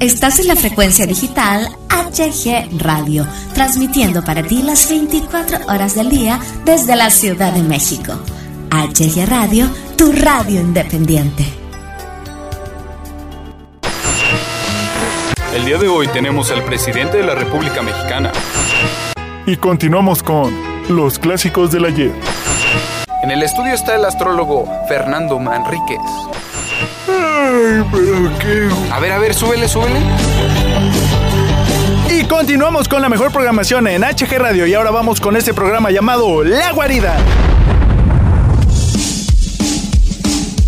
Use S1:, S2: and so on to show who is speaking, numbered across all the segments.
S1: Estás en la frecuencia digital HG Radio, transmitiendo para ti las 24 horas del día desde la Ciudad de México. HG Radio, tu radio independiente.
S2: El día de hoy tenemos al presidente de la República Mexicana.
S3: Y continuamos con los clásicos del ayer.
S2: En el estudio está el astrólogo Fernando Manríquez.
S3: Ay, pero qué
S2: A ver, a ver, súbele, súbele.
S4: Y continuamos con la mejor programación en HG Radio y ahora vamos con este programa llamado La Guarida.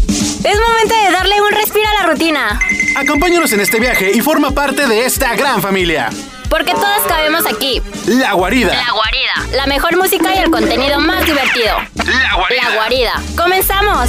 S5: Es momento de darle un respiro a la rutina,
S6: Acompáñanos en este viaje y forma parte de esta gran familia.
S5: porque todos cabemos aquí.
S6: La guarida.
S5: guarida. La mejor música y el contenido más divertido.
S6: La
S5: La guarida. Comenzamos.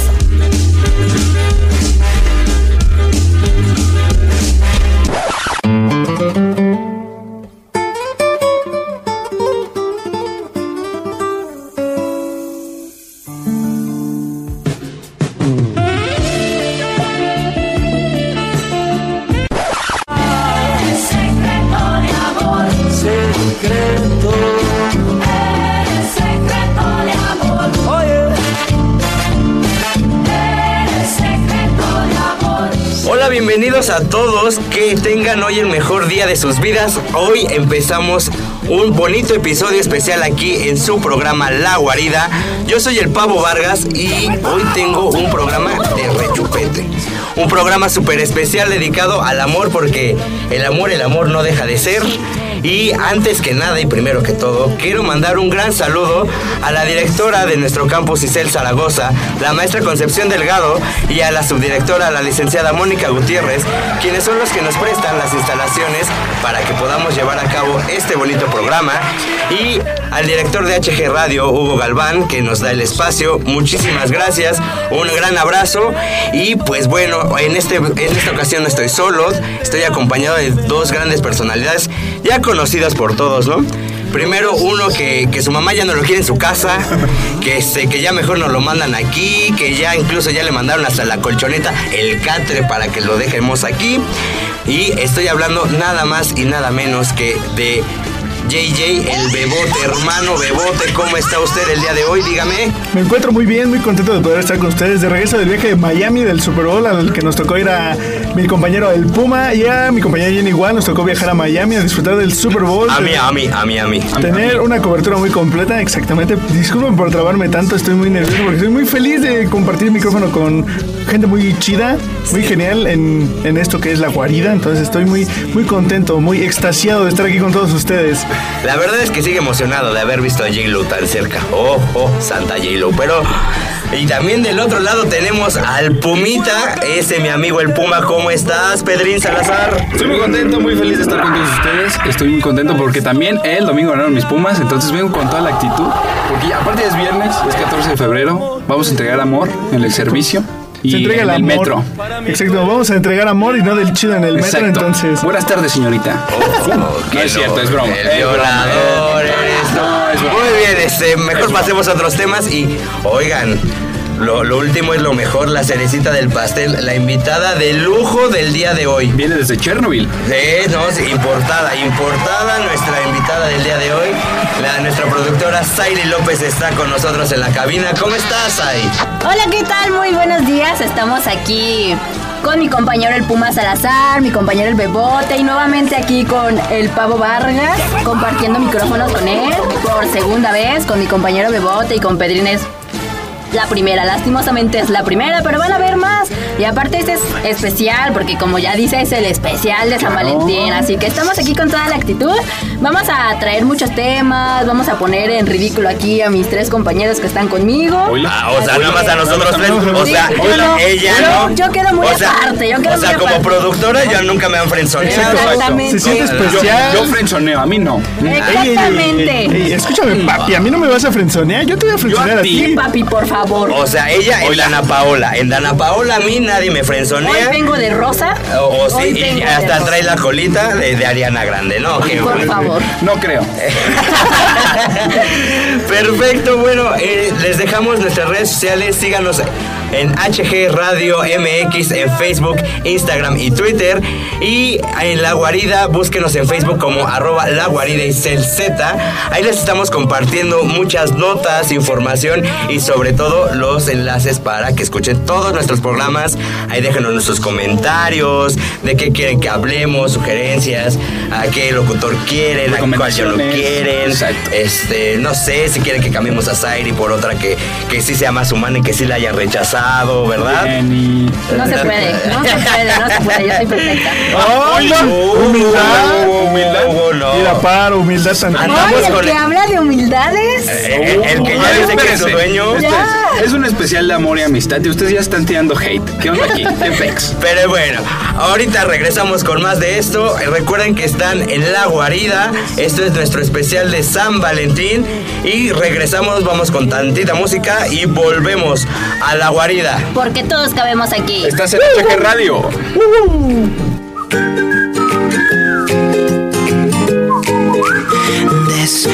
S7: Hola, bienvenidos a todos. Que tengan hoy el mejor día de sus vidas. Hoy empezamos un bonito episodio especial aquí en su programa La Guarida. Yo soy el Pavo Vargas y hoy tengo un programa de rechupete. Un programa súper especial dedicado al amor porque el amor, el amor no deja de ser. Y antes que nada y primero que todo, quiero mandar un gran saludo a la directora de nuestro campus Isel Zaragoza, la maestra Concepción Delgado y a la subdirectora, la licenciada Mónica Gutiérrez, quienes son los que nos prestan las instalaciones para que podamos llevar a cabo este bonito programa. Y al director de HG Radio, Hugo Galván, que nos da el espacio. Muchísimas gracias, un gran abrazo. Y pues bueno, en, este, en esta ocasión no estoy solo, estoy acompañado de dos grandes personalidades ya conocidas por todos, ¿no? Primero uno que, que su mamá ya no lo quiere en su casa, que, este, que ya mejor nos lo mandan aquí, que ya incluso ya le mandaron hasta la colchoneta el catre para que lo dejemos aquí. Y estoy hablando nada más y nada menos que de JJ, el bebote, hermano bebote, ¿cómo está usted el día de hoy? Dígame.
S4: Me encuentro muy bien, muy contento de poder estar con ustedes de regreso del viaje de Miami del Super Bowl al que nos tocó ir a mi compañero el Puma y a mi compañera Jenny Igual nos tocó viajar a Miami a disfrutar del Super Bowl.
S7: A mí, a mí, a mí, a mí.
S4: Tener una cobertura muy completa, exactamente. Disculpen por trabarme tanto, estoy muy nervioso porque estoy muy feliz de compartir el micrófono con gente muy chida, muy genial en, en esto que es la guarida. Entonces estoy muy, muy contento, muy extasiado de estar aquí con todos ustedes.
S7: La verdad es que sigue emocionado de haber visto a J-Lo tan cerca. Oh, oh, Santa J-Lo. Pero. Y también del otro lado tenemos al Pumita, ese mi amigo el Puma. ¿Cómo estás, Pedrín Salazar?
S8: Estoy muy contento, muy feliz de estar con todos ustedes. Estoy muy contento porque también el domingo ganaron mis Pumas, entonces vengo con toda la actitud. Porque ya, aparte es viernes, es 14 de febrero, vamos a entregar amor en el servicio y
S4: Se entrega
S8: en
S4: el
S8: el
S4: amor.
S8: metro.
S4: Exacto, vamos a entregar amor y no del chido en el metro,
S8: Exacto.
S4: entonces.
S8: Buenas tardes, señorita.
S7: Oh,
S8: No es cierto, es broma. Eh,
S7: El
S8: Es broma,
S7: violador
S8: eh.
S7: eres.
S8: No, es broma.
S7: Muy bien, este, mejor pasemos a otros temas y oigan. Lo, lo último es lo mejor, la cerecita del pastel, la invitada de lujo del día de hoy.
S8: Viene desde Chernobyl.
S7: Sí, no, sí, importada, importada nuestra invitada del día de hoy. La, nuestra productora Saily López está con nosotros en la cabina. ¿Cómo estás, Saily?
S5: Hola, ¿qué tal? Muy buenos días. Estamos aquí con mi compañero el Puma Salazar, mi compañero el Bebote y nuevamente aquí con el Pavo Vargas, compartiendo micrófonos con él por segunda vez, con mi compañero Bebote y con Pedrines. La primera, lastimosamente es la primera, pero van a ver más. Y aparte este es especial, porque como ya dice, es el especial de San Valentín. Así que estamos aquí con toda la actitud. Vamos a traer muchos temas, vamos a poner en ridículo aquí a mis tres compañeros que están conmigo.
S7: Ah, o sea, nada más a nosotros tres. O
S5: Sí,
S7: sea,
S5: yo
S7: hola,
S5: no,
S7: ella
S5: yo-
S7: no.
S5: yo quedo muy aparte, yo quedo
S7: o sea,
S5: muy
S7: como
S5: aparte.
S7: productora, yo nunca me han frenzoneado.
S5: Exactamente.
S4: Se siente
S7: Yo-
S5: Pues
S8: Yo,
S4: especial.
S8: yo frenzoneo, a mí no.
S5: Exactamente.
S4: Ey, ey, ey, escúchame, papi, a mí no me vas a frenzonear, yo te voy a frenzonear a
S8: ti.
S4: ti.
S5: Papi, por favor.
S7: O sea, ella en Dana Paola. En Dana Paola a mí nadie me
S5: Hoy
S7: frenzonea.
S5: vengo de rosa.
S7: O, o
S5: Hoy
S7: sí, y
S5: vengo de
S7: hasta
S5: rosa.
S7: trae la colita de, de Ariana Grande, ¿no? Qué
S5: Por
S7: bueno.
S5: favor.
S8: No creo.
S7: Perfecto, bueno, eh, les dejamos nuestras redes sociales, síganos en HG Radio MX en Facebook, Instagram y Twitter. Y en La Guarida, búsquenos en Facebook como arroba La Guarida y Cel Z. Ahí les estamos compartiendo muchas notas, información y sobre todo los enlaces para que escuchen todos nuestros programas. Ahí déjenos nuestros comentarios, de qué quieren que hablemos, sugerencias, a qué locutor quieren, a cuál ya no
S8: Recomendaciones.
S7: quieren.
S8: Exacto.
S7: Este, no sé si quieren que cambiemos a Zairi por otra que, que sí sea más humana y que sí la hayan rechazado, ¿verdad?
S8: Bien, y-
S5: No se puede, no se puede, no se puede, yo soy perfecta.
S4: humildad,
S7: Hugo,
S4: humildad.
S7: Hugo, no.
S4: Mira, par, humildad tan.
S7: Andamos
S5: Ay, el
S7: con
S5: que
S7: el- Eh,
S5: habla de humildades.
S7: El, el- el que ya
S8: Ay,
S7: dice que es su
S8: espérense.
S7: dueño.
S8: Esto es- Es un especial de amor y amistad y ustedes ya están tirando hate. ¿Qué onda aquí? ¿Qué pex?
S7: Pero bueno, ahorita regresamos con más de esto. Recuerden que están en La Guarida. Esto es nuestro especial de San Valentín. Y regresamos, vamos con tantita música y volvemos a La Guarida.
S5: Porque todos cabemos aquí.
S8: Estás en HG Radio.
S9: Desde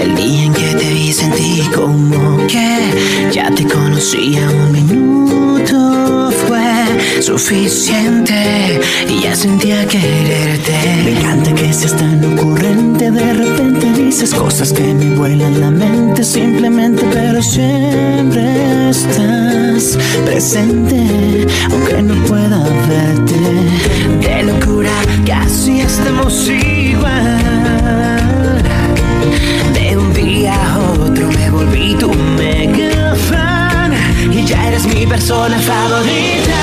S9: el día en que te vi sentí como que ya te conocía un minuto fue suficiente y ya sentía quererte. Me encanta que seas tan ocurrente, de repente dices cosas que me vuelan la mente simplemente, pero siempre estás presente aunque no pueda verte. De locura casi estamos igual. De un día a otro me volví tu mega fan y ya eres mi persona favorita.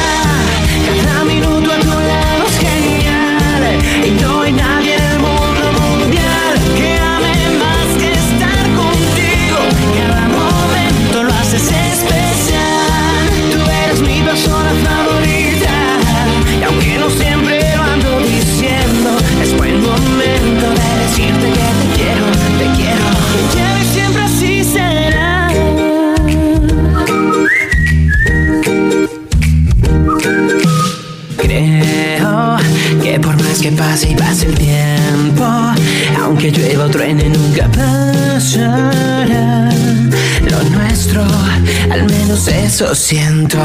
S9: Cada minuto a tu lado es genial y no hay nadie en el mundo mundial que ame más que estar contigo. Cada momento lo haces especial. Tú eres mi persona favorita y aunque no siempre lo ando diciendo, es buen momento de decirte que te quiero, te quiero, te quiero y siempre así será. Creo que por más que pase y pase el tiempo, aunque llueva o truene, nunca pasará lo nuestro. Al menos eso siento.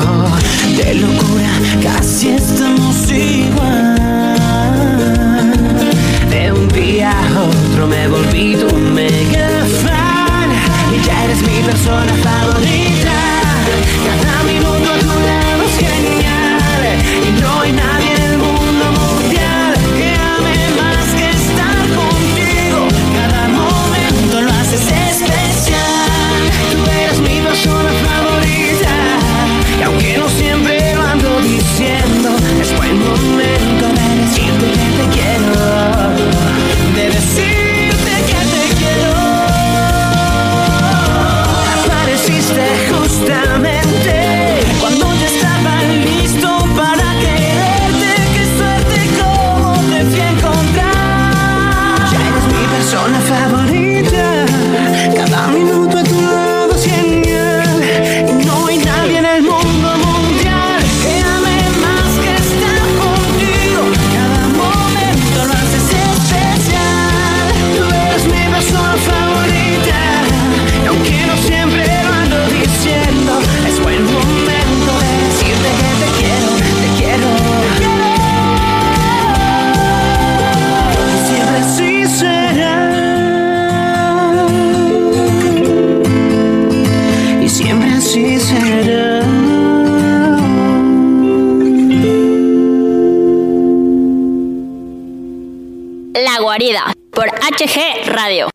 S9: De locura, casi estamos igual. De un día a otro me volví tu mega fan y ya eres mi persona favorita. Cada minuto a tu lado es genial y no hay nadie en el mundo mundial que ame más que estar contigo. Cada momento lo haces especial. Tú eres mi persona favorita y aunque no siempre lo ando diciendo, es buen momento de decirte que te quiero, de decirte que te quiero. Apareciste justamente cuando ya estaba listo para quererte. Qué suerte, cómo te fui a encontrar. Ya eres mi persona favorita. Cada minuto a tu lado es genial. Y no hay nadie en el mundo mundial que ame más que estar contigo. Cada momento lo haces especial. Tú eres mi persona favorita. Y aunque no siempre lo ando diciendo, es buen momento de decirte que te quiero, te quiero. Y siempre así será. Y siempre así será.
S10: La Guarida por HG Radio.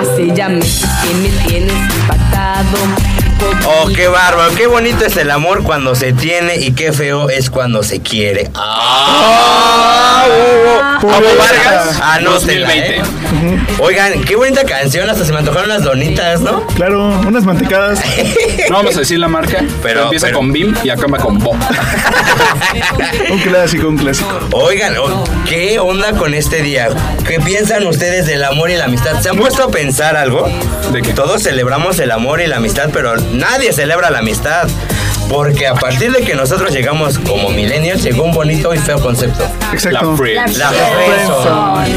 S11: Así ya me tienes, tienes empatado.
S7: Oh, qué bárbaro, qué bonito es el amor cuando se tiene y qué feo es cuando se quiere. ¡Ah! Hugo! Hugo
S4: Pobreza.
S7: Vargas, anótela, ¿eh?
S8: 2020.
S7: Oigan, qué bonita canción, hasta se me antojaron las donitas, ¿no?
S4: Claro, unas mantecadas.
S8: No vamos a decir la marca,
S7: Pero-
S8: pero empieza
S7: pero-
S8: con BIM y acaba con BO.
S4: Un clásico, un clásico.
S7: Oigan, o- ¿qué onda con este día? ¿Qué piensan ustedes del amor y la amistad? ¿Se han puesto a pensar algo?
S8: ¿De qué?
S7: Todos celebramos el amor y la amistad, pero nadie celebra la amistad. Porque a partir de que nosotros llegamos como millennials, llegó un bonito y feo concepto.
S4: Exacto.
S7: La friendzone. La friendzone.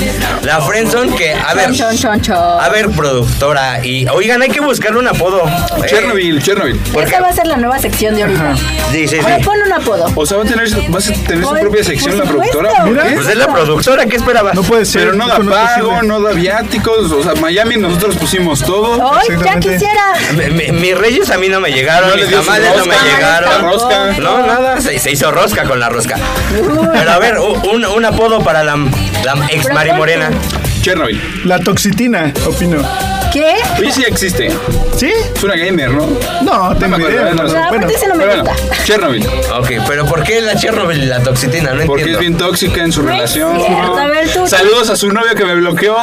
S7: La friendzone que, a ver,
S5: Chon, chon, chon.
S7: a ver, productora. Y, oigan, hay que buscarle un apodo. Eh,
S8: Chernobyl, Chernobyl.
S7: porque-
S5: Esta va a ser la nueva sección de ahorita.
S7: Sí, sí,
S5: Ahora
S7: sí.
S5: pon un apodo.
S8: O sea, va a tener, vas a tener su
S5: Por-
S8: propia sección
S5: por
S8: la productora.
S5: supuesto.
S8: ¿Por qué?
S7: Pues es la productora, ¿qué esperabas?
S4: No puede ser.
S8: Pero no da
S4: Eso te
S8: pago,
S4: sirve.
S8: no da viáticos. O sea, Miami nosotros pusimos todo.
S5: ¡Ay, ya
S4: Exactamente.
S5: quisiera!
S7: Mi- mi- mis reyes a mí no me llegaron,
S8: No le
S7: mis
S8: dio su
S7: tamales no me
S8: rosca,
S7: llegaron.
S8: la rosca.
S7: No, nada, se, se hizo rosca con la rosca. Pero a ver, u- un, un apodo para la, la ex Mari Morena.
S8: Chernobyl.
S4: La toxitina, opino.
S5: ¿Qué?
S8: Oye, sí existe.
S4: ¿Sí?
S8: Es una gamer, ¿no?
S4: No,
S8: me
S4: tengo
S8: acuerdo,
S4: idea.
S8: no, no,
S5: no,
S4: pero bueno,
S5: aparte ese no me
S8: Pero
S5: gusta.
S8: bueno, Chernobyl.
S7: Ok, pero ¿por qué la Chernobyl y la toxitina? No
S8: Porque es
S7: entiendo.
S8: bien tóxica en su relación.
S5: cierto, a ver, tú-
S8: Saludos a su novio que me bloqueó.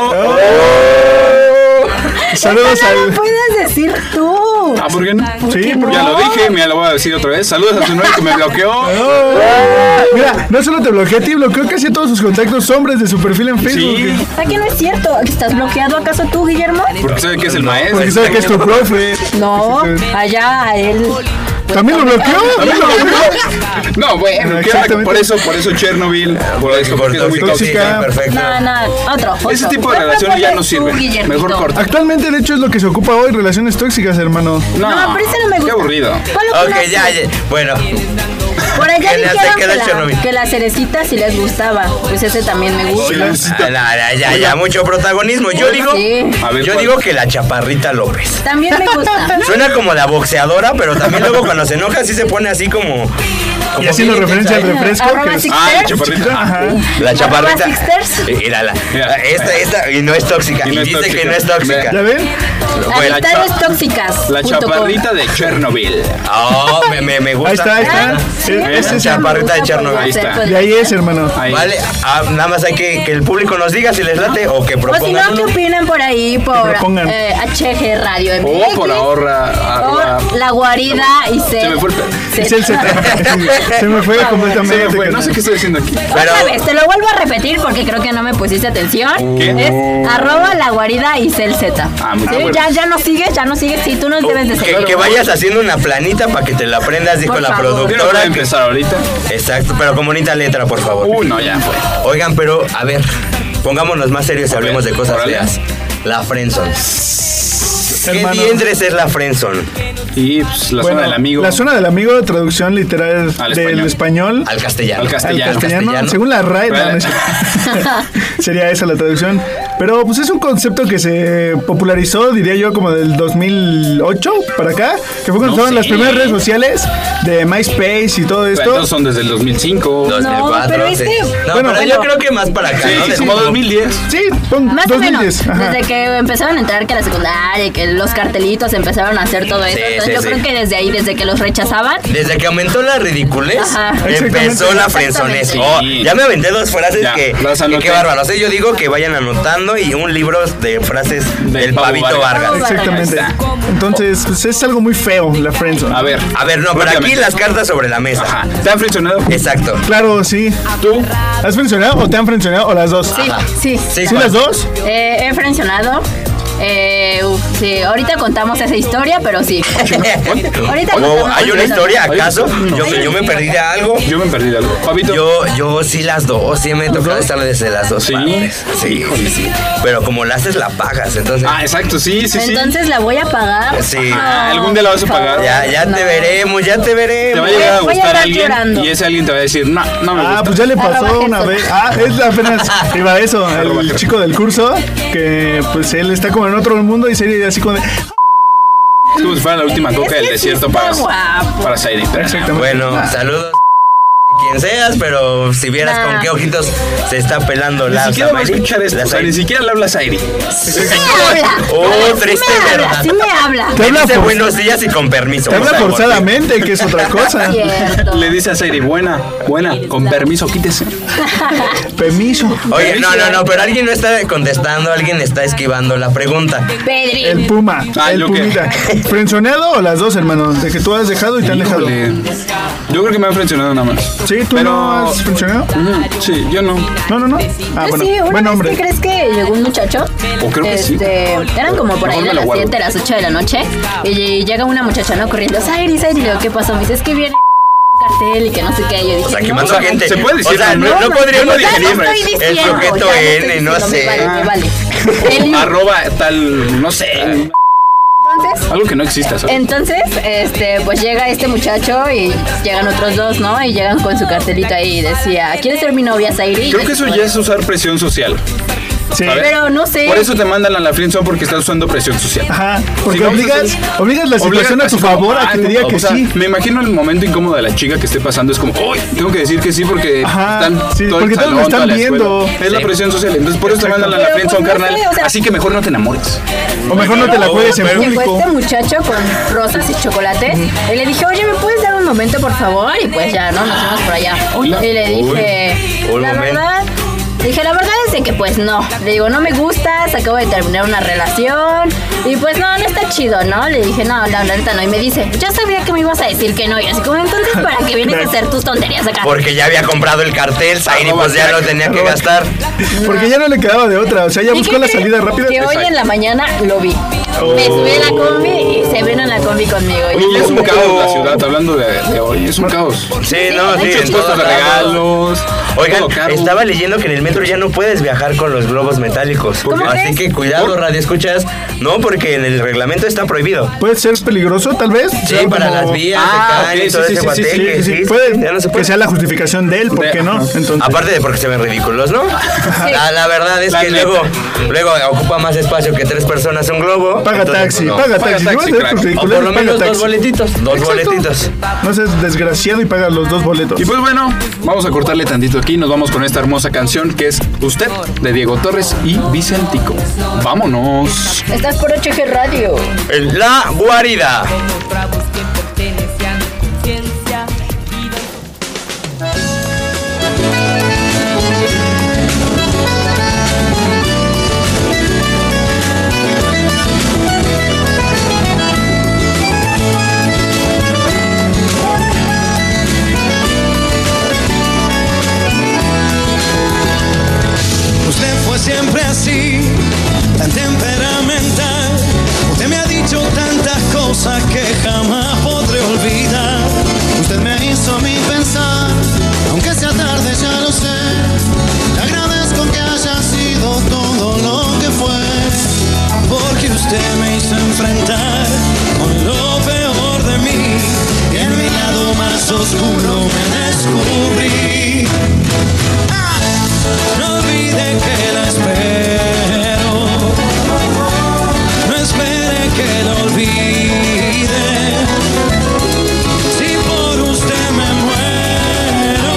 S4: saludos
S5: Eso no lo
S4: al.
S5: puedes decir tú.
S8: Ah, ¿por qué no?
S4: Sí, porque-
S8: Ya lo dije, mira, lo voy a decir otra vez. Saludos a su novio que me bloqueó.
S4: Mira, no solo te bloqueé a ti, bloqueó casi a todos sus contactos hombres de su perfil en Facebook.
S8: Sí,
S5: ¿A que no es cierto? ¿Estás bloqueado acaso tú, Guillermo?
S8: porque sabe que es el
S4: Porque
S8: maestro.
S4: sabe
S7: Pues,
S4: que es tu profe.
S5: No, allá a él.
S4: ¿También lo bloqueó? ¿También lo bloqueó?
S8: No, bueno, ¿qué onda?
S4: Exactamente.
S8: por eso, por eso Chernobyl, por eso,
S7: Por
S8: porque es muy
S7: tóxica,
S8: tóxica.
S4: tóxica.
S7: sí, perfecto.
S5: No, no, otro. otro.
S8: Ese tipo de
S5: No,
S8: relaciones ya
S5: ponle
S8: no
S5: tú,
S8: sirven.
S5: Guillermito.
S8: Mejor corta.
S4: Actualmente, de hecho, es lo que se ocupa hoy, relaciones tóxicas, hermano.
S5: Ah, No, pero ese no me gusta.
S8: Qué aburrido.
S5: Ponlo con
S7: Ok,
S5: una
S7: ya,
S5: cere-
S7: ya. Bueno,
S5: Por allá
S7: Que le hace-
S5: dijeron
S7: que
S5: que,
S7: le eche
S5: la,
S7: Robin.
S5: que la cerecita sí les gustaba. Pues ese también me gusta.
S7: ah, la- la- ya, ya, mucho protagonismo. Yo digo,
S5: Sí.
S8: A ver,
S7: yo
S8: ¿cuál?
S7: digo que la chaparrita López.
S5: También me gusta.
S7: Suena como la boxeadora, pero también luego cuando se enoja sí se pone así como... como
S4: Y haciendo
S7: bien
S4: referencia al
S7: intensa, ¿eh?
S4: refresco.
S5: Arroba
S4: que-
S5: Six
S8: Ah, la
S5: Pairs.
S8: chaparrita.
S4: Ajá.
S7: La chaparrita.
S5: Arroba Sixters.
S7: Eh, Mira, la,
S8: Mira.
S7: esta, esta, y no es tóxica.
S8: Y
S7: Y,
S8: no es
S7: dice
S8: tóxica.
S7: que no es tóxica.
S4: ¿Ya ven?
S7: Bueno,
S5: Amistades tóxicas.
S8: La
S5: punto com.
S8: chaparrita de Chernobyl.
S7: Oh, me, me, me gusta.
S4: Ahí está, ahí está.
S5: ¿Ah? Sí,
S4: Eh,
S5: me
S4: ese
S5: gusta,
S4: es
S7: el-
S5: me
S7: Chaparrita de
S5: gusta
S7: Chernobyl.
S5: por
S8: Ahí está.
S5: hacer
S4: Y ahí es, hermano.
S8: Ahí.
S7: Vale, ah, nada más hay que que el público nos diga si les late o que
S5: O si
S7: propongan
S5: no, ¿qué
S7: uno.
S5: opinan por ahí? Por
S4: propongan.
S5: eh, HG Radio MX.
S8: O Oh, por ahorra. arroba-
S5: por La Guarida y C.
S8: Se me fue el pe-
S4: Es el Z. Se me fue completamente.
S8: Se me fue, no sé qué estoy haciendo aquí.
S5: Otra
S7: Pero-
S5: vez, te lo vuelvo a repetir porque creo que no me pusiste atención.
S8: ¿Qué?
S5: Es arroba la guarida y cel Z.
S8: Ah, muy
S5: Sí,
S8: bien.
S5: ya, ya no sigues, ya no sigues. Sí, tú nos debes de
S7: Oh, Que,
S5: seguir.
S7: que vayas haciendo una planita para que te la aprendas, dijo
S5: Por
S7: la
S5: favor.
S8: Yo no voy
S7: productora.
S8: a empezar ahorita.
S7: Exacto, pero con bonita letra, por favor.
S8: Uh, no, ya fue.
S7: Oigan, pero a ver, pongámonos más serios y hablemos de cosas
S8: órale.
S7: feas. La Friendzone. ¿Qué
S4: Hermano.
S7: dientes es la Friendzone?
S8: Y pues, la
S4: Bueno,
S8: zona del amigo.
S4: La zona del amigo, traducción literal
S8: Al
S4: del español.
S7: Al castellano.
S8: Al castellano.
S4: al castellano,
S7: castellano.
S4: según la RAE, no,
S8: Vale.
S4: no es cierto. sería esa la traducción. Pero pues es un concepto que se popularizó, diría yo, como del 2008 para acá, que fue cuando estaban las primeras redes sociales de MySpace y todo
S8: Pero
S4: esto.
S8: entonces son desde el 2005.
S7: 2004,
S5: pero
S7: sí.
S5: este-
S7: No,
S4: Bueno,
S7: pero
S4: bueno.
S7: yo creo que más para acá.
S8: Sí,
S7: ¿no?
S8: como 2010.
S4: Sí, pon
S5: Más o
S4: 2010.
S5: menos,
S4: ajá.
S5: desde que empezaron a entrar que la secundaria, y que los cartelitos empezaron a hacer todo eso.
S7: Sí,
S5: Entonces
S7: sí,
S5: yo
S7: sí.
S5: creo que desde ahí, desde que los rechazaban,
S7: Desde que aumentó la ridiculez,
S5: Ajá.
S7: empezó
S4: Exactamente.
S7: la frenzonés.
S8: Sí.
S7: Oh, ya me aventé dos frases
S8: Ya,
S7: que,
S8: las
S7: que
S8: anoté.
S7: qué bárbaro. O sea, yo digo que vayan anotando y un libro de frases del
S8: Pavo
S7: Pavito
S8: Vargas.
S7: Vargas.
S4: Exactamente. Entonces, pues es algo muy feo la friendzone.
S8: A ver.
S7: A ver, no, pero aquí
S8: Rápidamente.
S7: las cartas sobre la mesa.
S8: Ajá. ¿Te han friccionado?
S7: Exacto.
S4: Claro, sí.
S8: ¿Tú?
S4: ¿Has frencionado o te han frencionado o las dos? Sí.
S5: sí.
S7: Sí,
S4: ¿Sí
S7: ¿cuál?
S4: las dos?
S5: Eh, he frencionado. Eh, uf, sí, ahorita contamos esa historia, pero sí. Ahorita
S7: Oh,
S5: contamos
S7: ¿Hay
S5: esa
S7: una historia
S8: Hay-
S7: acaso? Yo, yo me perdí de algo.
S8: Yo me perdí de algo. Pabito.
S7: Yo, yo sí las dos, sí me he tocado estar desde las dos
S8: Sí.
S7: partes. Sí, sí, sí. Pero como la haces, la pagas, entonces.
S8: Ah, exacto, sí, sí, sí.
S5: Entonces la voy a pagar.
S7: Sí.
S8: Ah, algún día la vas a pagar.
S7: Ya, ya te veremos, ya te
S8: Te va
S7: veremos.
S8: a llegar a
S5: Voy a
S8: gustar
S5: andar
S8: alguien
S5: llorando.
S8: y ese alguien te va a decir, no, no me gusta.
S4: Ah, pues ya le pasó
S5: Arroba
S4: una
S5: Jesús.
S4: vez. Ah, es apenas iba eso, el chico del curso, que pues él está como en otro mundo y sería así como de...
S8: Es como si fuera la última coca del
S5: que sí
S8: desierto
S5: está
S8: para,
S5: guapo.
S8: para Said Exactamente.
S7: Bueno,
S8: Ah.
S7: saludos de quien seas, pero si vieras
S5: Nah.
S7: con qué ojitos se está pelando
S8: Ni
S7: la
S8: siquiera va a
S7: Samarí,
S8: escuchar esto.
S7: la
S8: O sea, ni
S7: Samarí.
S8: siquiera le hablas a Sairi.
S5: Sí me habla.
S7: Oh,
S5: A ver,
S7: triste
S5: sí me
S7: verdad.
S5: habla, sí me habla.
S4: Te habla,
S7: Dice
S4: forz-
S7: buenos días y con permiso.
S4: te habla
S7: por favor.
S4: forzadamente, que es otra cosa.
S5: Cierto.
S8: Le dice a Sairi, buena, buena, con permiso, quítese.
S4: Permiso.
S7: Oye, no, no, no, pero alguien no está contestando, alguien está esquivando la pregunta.
S5: Pedri.
S4: El puma,
S8: Ah,
S4: el
S8: ¿yo qué?
S4: pumita. ¿Frenzoneado o las dos, hermanos? De que tú has dejado y te han dejado.
S8: Híjole. Yo creo que me han fraccionado nada más.
S4: Sí, tú no has funcionado.
S8: Sí, yo no.
S4: No, no, no. Ah,
S5: Yo
S4: bueno.
S5: sí, una
S4: Buen
S5: vez
S4: hombre.
S5: que crees que llegó un muchacho.
S4: O creo que sí.
S5: Este, Eran como por ahí
S4: Mejor me
S5: de
S4: lo
S5: las
S4: guardo.
S5: 7, las 8 de la noche. Y llega una muchacha no corriendo. Iris, Iris, le digo, ¿qué pasó? Me dice, es que viene un cartel y que no sé qué. Yo dije,
S7: O sea, que
S5: no,
S7: mató a
S5: no,
S7: gente.
S5: no,
S7: Se puede decir,
S5: o sea,
S7: no, no podríamos
S5: o sea,
S7: digerir,
S5: no estoy
S7: el
S5: diciendo,
S7: sujeto
S5: o sea, no
S7: N,
S5: estoy diciendo,
S7: no
S5: me
S7: sé.
S5: vale, me vale.
S8: Arroba tal, no sé.
S5: Ah. Entonces,
S8: Algo que no exista. ¿sabes?
S5: Entonces, este, pues llega este muchacho y llegan otros dos, ¿no? Y llegan con su cartelito ahí y decía, ¿quieres ser mi novia, Zairi?
S8: Creo que eso ya es usar presión social. ¿sabes?
S5: Pero no sé.
S8: Por eso te mandan a la friendzone porque estás usando presión social.
S4: Ajá, porque
S8: Si no,
S4: obligas,
S8: pues,
S4: obligas la situación a
S8: así
S4: tu
S8: como,
S4: favor a
S8: ah,
S4: que te
S8: no,
S4: diga
S8: o
S4: que
S8: sea,
S4: sí.
S8: Me imagino el momento incómodo de la chica que esté pasando. Es como, uy, tengo que decir que sí porque están
S4: sí,
S8: todo el
S4: porque todos me
S8: salón,
S4: están
S8: toda la escuela".
S4: viendo.
S8: Es la
S4: Sí.
S8: presión social. Entonces por eso te
S4: Exacto.
S8: mandan a la
S4: Pero,
S8: friendzone,
S4: pues, no
S8: carnal.
S4: sé, o sea-
S8: Así que mejor no te enamores.
S4: O mejor no te la juegues en
S5: Llegó
S4: público.
S5: este muchacho con rosas y chocolates y le dije, oye, ¿me puedes dar un momento, por favor? Y pues ya, ¿no? Nos fuimos por allá.
S7: Hola.
S5: Y le dije,
S7: Uy, un
S5: la
S7: momento.
S5: verdad... Dije, la verdad es de que pues no. Le digo, no me gustas, acabo de terminar una relación. Y pues no, no está chido, ¿no? Le dije, no, la verdad no. Y me dice, yo sabía que me ibas a decir que no. Y así como, entonces, ¿para qué vienes a hacer tus tonterías acá?
S7: Porque ya había comprado el cartel, Zairi pues ya lo tenía que gastar.
S4: Porque ya no le quedaba de otra. O sea, ya
S5: ¿Y
S4: buscó
S5: qué
S4: la
S5: creen?
S4: salida rápida.
S5: Que hoy en la mañana lo vi. Me
S8: Oh.
S5: subí a la combi y se vino en la combi conmigo. Y
S8: Oye, es un caos la ciudad, hablando de, de hoy, es un caos.
S7: Sí, no,
S8: Muchos
S7: sí, en
S8: puestos
S7: todos
S8: de
S7: lados.
S8: regalos.
S7: Oigan,
S8: todo caro.
S7: estaba leyendo que en el metro ya no puedes viajar con los globos metálicos. Así que cuidado, radio escuchas. No, porque en el reglamento está prohibido.
S4: Puede ser peligroso, tal vez.
S7: Sí,
S4: O sea,
S7: para
S4: como-
S7: las vías, se caen y todo ese guateque, sí, sí,
S4: Puede
S7: ya no se
S4: que
S7: puede.
S4: sea la justificación de él, ¿por qué no? Entonces,
S7: Aparte de porque se ven ridículos, ¿no? La, la verdad es
S4: La
S7: que
S4: neta.
S7: luego, luego ocupa más espacio que tres personas un globo.
S4: Paga taxi, paga taxi, si vas a ver tus
S7: crack. O
S4: ridículos,
S7: por lo
S4: paga
S7: menos dos
S4: taxi.
S7: boletitos. Dos
S4: Exacto.
S7: boletitos.
S4: no seas desgraciado y pagas los dos boletos.
S8: Y pues bueno, vamos a cortarle tantito aquí. Nos vamos con esta hermosa canción que es Usted de Diego Torres y Vicentico. Vámonos.
S5: Estás por HG Radio.
S7: En La guarida.
S9: Usted fue siempre así, tan temperamental. Usted me ha dicho tantas cosas que jamás podré olvidar. Usted me hizo a mí pensar, aunque sea tarde ya lo sé. Le agradezco que haya sido todo lo que fue, porque usted me hizo enfrentar con lo peor de mí. Y en mi lado más oscuro me descubrí. No olvide que la espero. No espere que la olvide. Si por usted me muero,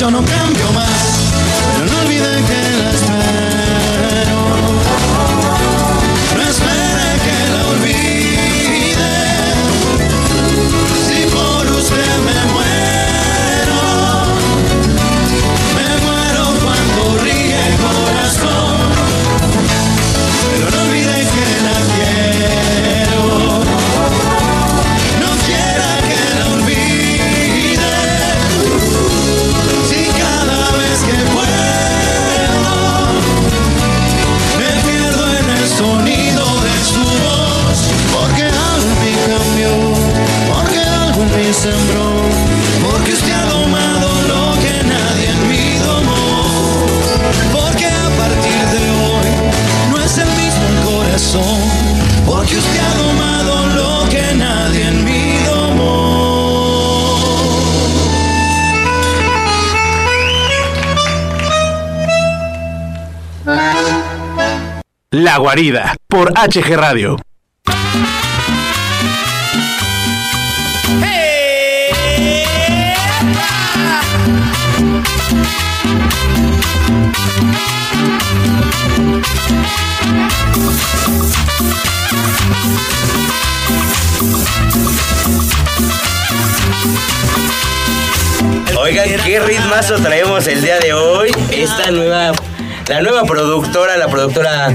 S9: yo no cambio más. Pero no olviden que la espero. No esperen que la olvide. Si por usted me muero, me muero cuando ríe el corazón. Pero no olviden que la quiero. No quiera que la olvide. Si cada vez que puedo me pierdo en el sonido de su voz, porque algo en mí cambió, porque algo en mí sembró, porque usted ha domado lo que nadie en mí domó, porque a partir de hoy no es el mismo el corazón, porque usted ha domado lo que nadie en mí domó.
S12: La Guarida por HG Radio.
S7: Oigan, qué ritmazo traemos el día de hoy. Esta nueva, la nueva productora, la productora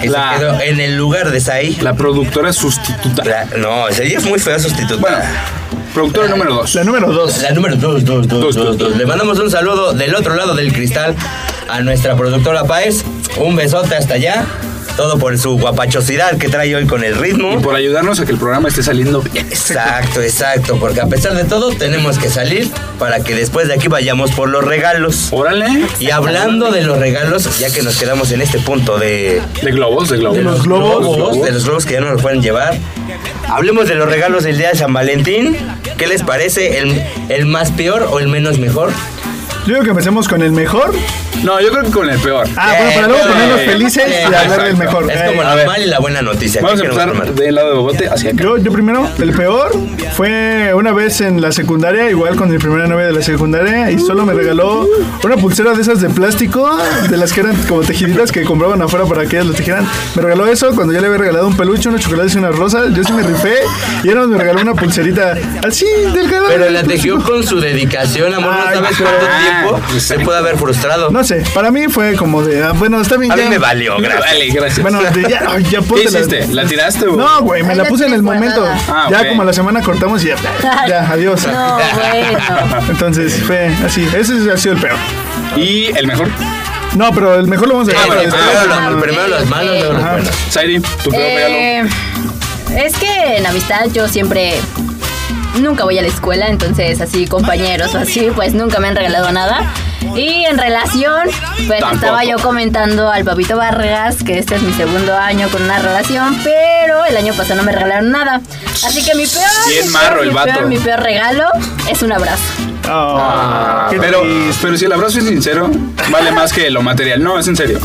S7: que se quedó en el lugar de Sai. La productora sustituta. no, ella es muy fea sustituta. Bueno, productora número 2. La número 2. La número 2, Le mandamos un saludo del otro lado del cristal a nuestra productora Paez. Un besote hasta allá. Todo por su guapachosidad que trae hoy con el ritmo. Y por ayudarnos a que el programa esté saliendo bien. Exacto, exacto. Porque a pesar de todo, tenemos que salir para que después de aquí vayamos por los regalos. Órale. Y hablando de los regalos, ya que nos quedamos en este punto de. De globos, de globos. De los globos. De los globos que ya no nos pueden llevar. Hablemos de los regalos del día de San Valentín. ¿Qué les parece? ¿El, el más peor o el menos mejor?
S4: Yo creo que empecemos con el mejor.
S8: No, yo creo que con el peor.
S4: Ah, bueno, para luego ponernos felices y hablar del mejor.
S7: Es como
S4: Eh,
S7: la
S4: a ver.
S7: mala y la buena noticia.
S8: Vamos a
S7: ¿Qué queremos
S8: empezar del lado de Bogote hacia acá.
S4: Yo, yo primero, el peor fue una vez en la secundaria, igual con mi primera novia de la secundaria, y solo me regaló una pulsera de esas de plástico, de las que eran como tejiditas que compraban afuera para que ellas lo tejieran. Me regaló eso cuando yo le había regalado un peluche, unos chocolates y unas rosas. Yo sí me rifé y ahora me regaló una pulserita así, delgada.
S7: Pero la tejió con su dedicación, amor. No sabes cuánto tiempo se puede haber frustrado.
S4: No sé, para mí fue como de, ah, bueno, está bien.
S7: A mí
S4: ya.
S7: me valió, gracias. Vale, gracias.
S4: Bueno, de ya, ay, ya
S7: ¿Qué
S4: póntela.
S7: hiciste? ¿La tiraste, güey?
S4: No, güey, me
S7: Ay,
S4: la
S7: la
S4: puse en el momento.
S7: guardada. Ah,
S4: ya
S7: ok.
S4: como a la semana cortamos y ya, ya, adiós.
S7: No, bueno.
S4: Entonces fue así, ese ha sido el peor.
S8: ¿Y el mejor?
S4: No, pero el mejor lo vamos a
S8: Ah,
S4: dejar.
S8: pero primero
S4: para después.
S8: lo- el primero los malos, luego los
S4: Ajá.
S8: buenos. Sairi, tu peor regalo.
S5: Eh, es que en amistad yo siempre nunca voy a la escuela, entonces así compañeros o así, pues nunca me han regalado nada. Y en relación, pues
S13: Tampoco.
S5: estaba yo comentando al Papito Vargas que este es mi segundo año con una relación, pero el año pasado no me regalaron nada. Así que mi peor,
S8: Bien
S5: mi
S8: marro
S5: peor,
S8: el
S5: mi
S8: vato.
S5: peor, mi peor regalo es un abrazo.
S8: Ah, pero, pero si el abrazo es sincero, vale más que lo material. No, es en serio.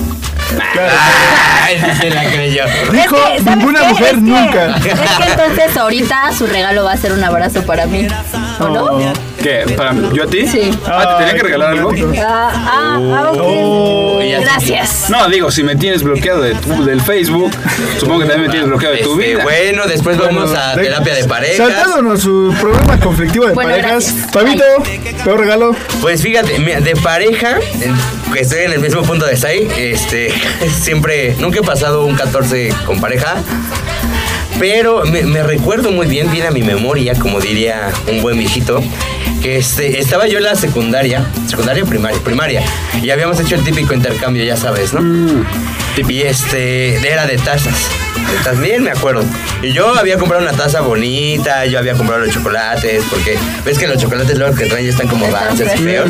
S7: Ay, sí se la creyó.
S4: Dijo ninguna mujer nunca.
S5: Es que entonces ahorita su regalo va a ser un abrazo para mí. ¿O no?
S8: ¿Qué? ¿Para ¿Yo a ti? Sí. Ah, ¿te tenía que regalar algo?
S5: Ah, ah, ah, ok. Gracias.
S8: No, digo, si me tienes bloqueado de tu- del Facebook, supongo que también me tienes bloqueado de tu
S7: Este,
S8: vida.
S7: bueno, después vamos a terapia de parejas.
S4: Saltándonos su problema conflictivo de
S7: Bueno,
S4: parejas.
S7: gracias.
S4: Pabito, peor regalo.
S7: Pues fíjate, mira, de pareja, en- que estoy en el mismo punto de Sai, este, siempre, nunca he pasado un 14 con pareja, pero me me recuerdo muy bien, viene a mi memoria, como diría un buen viejito, que este, estaba yo en la secundaria, secundaria o primaria, primaria, y habíamos hecho el típico intercambio, ya sabes, ¿no? Y este, era de tazas. También me acuerdo. Y yo había comprado una taza bonita, yo había comprado los chocolates, porque ves que los chocolates luego que traen ya están como rancios y feos.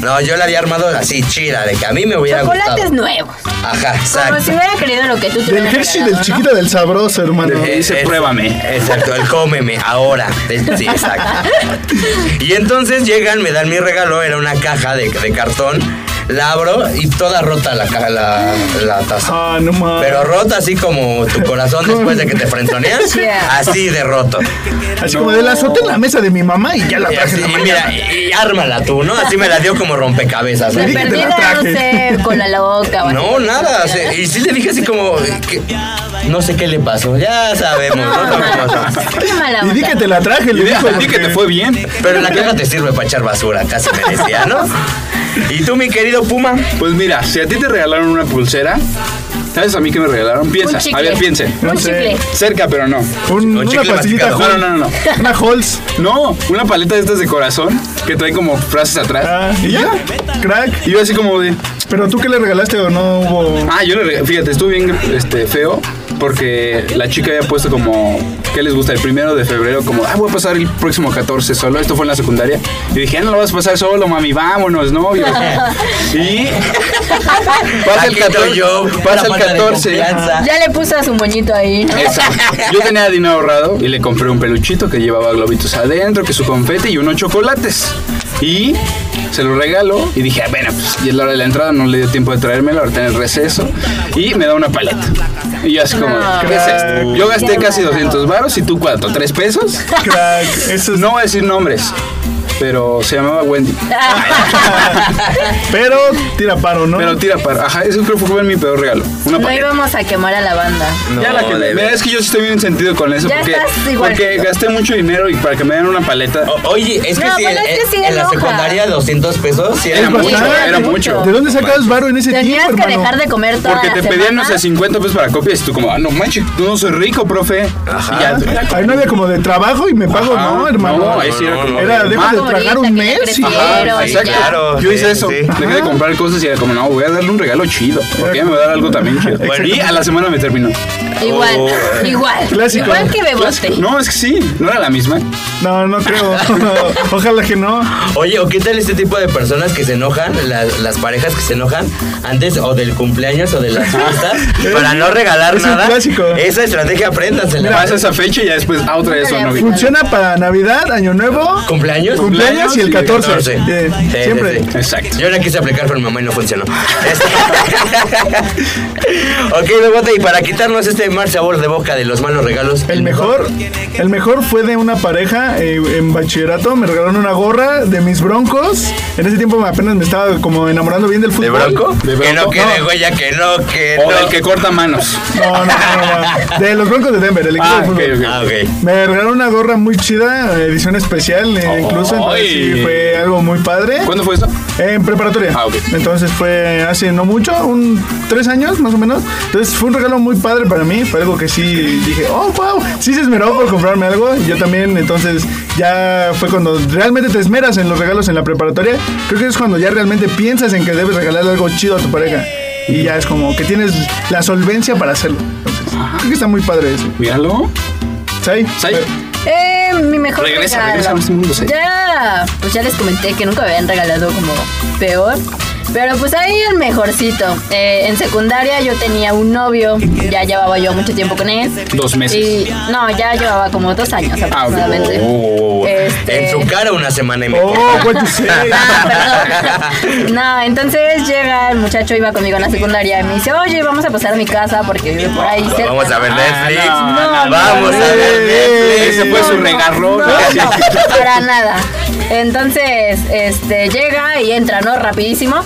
S7: No, yo la había armado así chida, de que a mí me hubiera
S5: Chocolates
S7: gustado.
S5: nuevos.
S7: Ajá,
S5: Como si
S7: exacto.
S5: hubiera querido lo que tú te
S4: Del
S5: hubieras
S4: Hershey,
S5: regalado,
S4: del chiquito, del sabroso, hermano.
S7: Ese- Eh, Exacto, el cómeme ahora. Sí, exacto. Y entonces llegan, me dan mi regalo, era una caja de, de cartón. la abro y toda rota la, ca- la, la taza.
S4: Ah, no mames.
S7: Pero rota así como tu corazón después de que te frenzoneas.
S4: Yeah.
S7: Así de roto.
S4: Así como de la azote en la mesa de mi mamá y ya la
S7: Y así,
S4: traje en la
S7: y
S4: mañana.
S7: mira, y ármala tú, ¿no? Así me la dio como rompecabezas.
S5: De
S7: ¿no?
S5: perdida, no sé, con la loca. o así.
S7: No, nada. se- y sí le dije así como. que- no sé qué le pasó. Ya sabemos. ¿no?
S5: Qué mala
S4: Y di
S5: onda.
S4: que te la traje, le dijo.
S7: di que te fue bien. Pero la caja te sirve para echar basura, casi me decía, ¿no? ¿Y tú, mi querido Puma?
S8: Pues mira, si a ti te regalaron una pulsera, ¿sabes a mí qué me regalaron? Piensa,
S7: Un chicle.
S8: a ver, piense.
S7: Un chicle.
S8: Cerca, pero no.
S7: Un chicle
S8: una pastillita
S7: masticado.
S8: No, no, no, no.
S4: Una Halls.
S8: No, una paleta de estas de corazón que trae como frases atrás.
S4: Ah,
S6: Ah.
S4: y ya, crack.
S8: Y yo así como de...
S4: Pero tú qué le regalaste o no hubo.
S8: Ah, yo le regalé, fíjate, estuvo bien este, feo porque la chica había puesto como, ¿qué les gusta? El primero de febrero, como, ah, voy a pasar el próximo 14 solo, esto fue en la secundaria. Y dije, ah, no lo vas a pasar solo, mami, vámonos, novio. y pasa el
S7: Aquí estoy
S8: 14,
S7: yo,
S8: pasa
S7: una
S8: el
S7: falta de
S8: 14.
S7: confianza.
S5: Ya le puse a su moñito ahí. ¿no?
S8: Eso. Yo tenía dinero ahorrado y le compré un peluchito que llevaba globitos adentro, que su confete y unos chocolates. Y se lo regalo y dije, "Ah, bueno, pues y es la hora de la entrada, no le dio tiempo de traérmelo, ahorita en el receso. Y me da una paleta. Y yo así como,
S4: No.
S8: ¿qué es esto? Yo gasté casi 200 varos y tú cuánto, ¿tres pesos?
S4: Crack. Eso
S8: No voy a decir nombres, pero se llamaba Wendy.
S5: Ah,
S4: Pero tira paro, ¿no?
S8: Pero tira para, ajá, eso creo que fue mi peor regalo. Una
S5: No
S8: paleta.
S5: íbamos a quemar a la banda.
S8: ya la que me, mira, es que yo sí estoy bien sentido con eso
S5: Ya
S8: porque,
S5: estás igual.
S8: porque gasté mucho dinero y para que me den una paleta.
S7: Oye, es que
S5: No,
S7: si
S5: pero
S7: en,
S5: es que sí
S7: en la
S5: enoja.
S7: secundaria 200 pesos, sí era
S8: Era
S7: mucho.
S8: mucho,
S5: era
S8: era
S5: mucho.
S8: mucho.
S4: ¿De dónde sacabas varo en ese
S5: Tenías
S4: tiempo,
S5: que
S4: hermano?
S5: dejar de comer toda
S8: Porque
S5: la
S8: te pedían, no
S5: semana.
S8: sé, 50 pesos para copias. Y tú, como, ah, no manches, tú no soy rico, profe. Y ya, ya
S4: Ahí no había como de trabajo y me pago,
S8: Ajá,
S4: no, hermano.
S8: no, ahí sí era como-
S4: Era, deja de
S5: Ahorita
S4: tragar un
S5: que ya
S4: mes y
S5: crecieron,
S4: ya.
S5: Pero,
S7: Sí,
S5: ya.
S7: claro.
S8: Yo hice
S7: sí,
S8: eso.
S7: sí.
S8: Dejé de comprar cosas y era como, no, voy a darle un regalo chido. Porque ella me va a dar algo también chido.
S7: Bueno.
S8: Y a la semana me terminó.
S5: Igual,
S7: Oh.
S5: igual.
S4: Clásico.
S5: Igual que bebote.
S8: No, es que sí, no era la misma.
S4: No, no creo. Ojalá que no.
S7: Oye, ¿o qué tal este tipo de personas que se enojan, la- las parejas que se enojan antes o del cumpleaños o de las fiestas para no regalar
S4: Es un
S7: nada?
S4: clásico.
S7: Esa estrategia apréndansela.
S8: Pasa esa fecha y ya después, ah, otra vez son novios.
S4: Funciona para Navidad, Año Nuevo,
S7: ¿Cumpleaños?
S4: cumpleaños y el
S8: y el
S4: 14.
S7: 14.
S4: Eh,
S7: Sí, sí,
S4: siempre.
S7: sí.
S8: Exacto.
S7: Yo la quise aplicar con mi mamá y no funcionó. Este- ok, Bebote, y para quitarnos este mal sabor de boca de los malos regalos,
S4: El mejor, el mejor fue de una pareja eh, en bachillerato. Me regalaron una gorra de mis broncos. En ese tiempo apenas me estaba como enamorando bien del fútbol.
S7: ¿De bronco?
S8: ¿De
S7: Que no
S8: Bronco?
S7: quede
S8: No.
S7: huella, que no, que
S8: O
S7: no.
S8: el que corta manos.
S4: No, no, no, no, no. De los broncos de Denver, el equipo
S8: Ah,
S4: de fútbol.
S8: ok, ok.
S7: Ah, ok.
S4: Me regalaron una gorra muy chida, edición especial, eh, incluso. Entonces,
S8: ¡Ay!
S4: sí, fue algo muy padre.
S8: ¿Cuándo fue eso?
S4: En preparatoria.
S8: Ah, ok.
S4: Entonces fue hace no mucho, un tres años más o menos. Entonces fue un regalo muy padre para mí. Fue algo que sí dije, oh, wow, sí se esmeró por comprarme algo. Y yo también, entonces ya fue cuando realmente te esmeras en los regalos en la preparatoria. Creo que es cuando ya realmente piensas en que debes regalarle algo chido a tu pareja. Y ya es como que tienes la solvencia para hacerlo. Entonces, creo que está muy padre eso.
S8: Míralo.
S4: ¿Sai?
S8: Sai.
S5: Eh, mi mejor
S8: Regresa,
S5: regalo.
S8: regresa a los segundos, eh.
S5: Ya, pues ya les comenté que nunca me habían regalado como peor. Pero pues ahí el mejorcito. Eh, en secundaria yo tenía un novio, ya llevaba yo mucho tiempo con él.
S8: Dos meses.
S5: Y no, ya llevaba como dos años
S8: Ah,
S5: aproximadamente.
S7: Oh,
S5: Este-
S7: En su cara una semana y me
S4: Oh, what you say.
S5: Ah, perdón. No, entonces llega el muchacho, iba conmigo en la secundaria y me dice, oye, vamos a pasar a mi casa porque vive por ahí cerca.
S7: Vamos a ver Netflix.
S5: no, no,
S7: Vamos
S5: no,
S7: a ver
S4: no,
S7: Netflix.
S8: Ese fue
S5: No,
S8: su
S5: no,
S8: regarrón.
S5: no, no, para nada. Entonces, este, llega y entra, ¿no? Rapidísimo.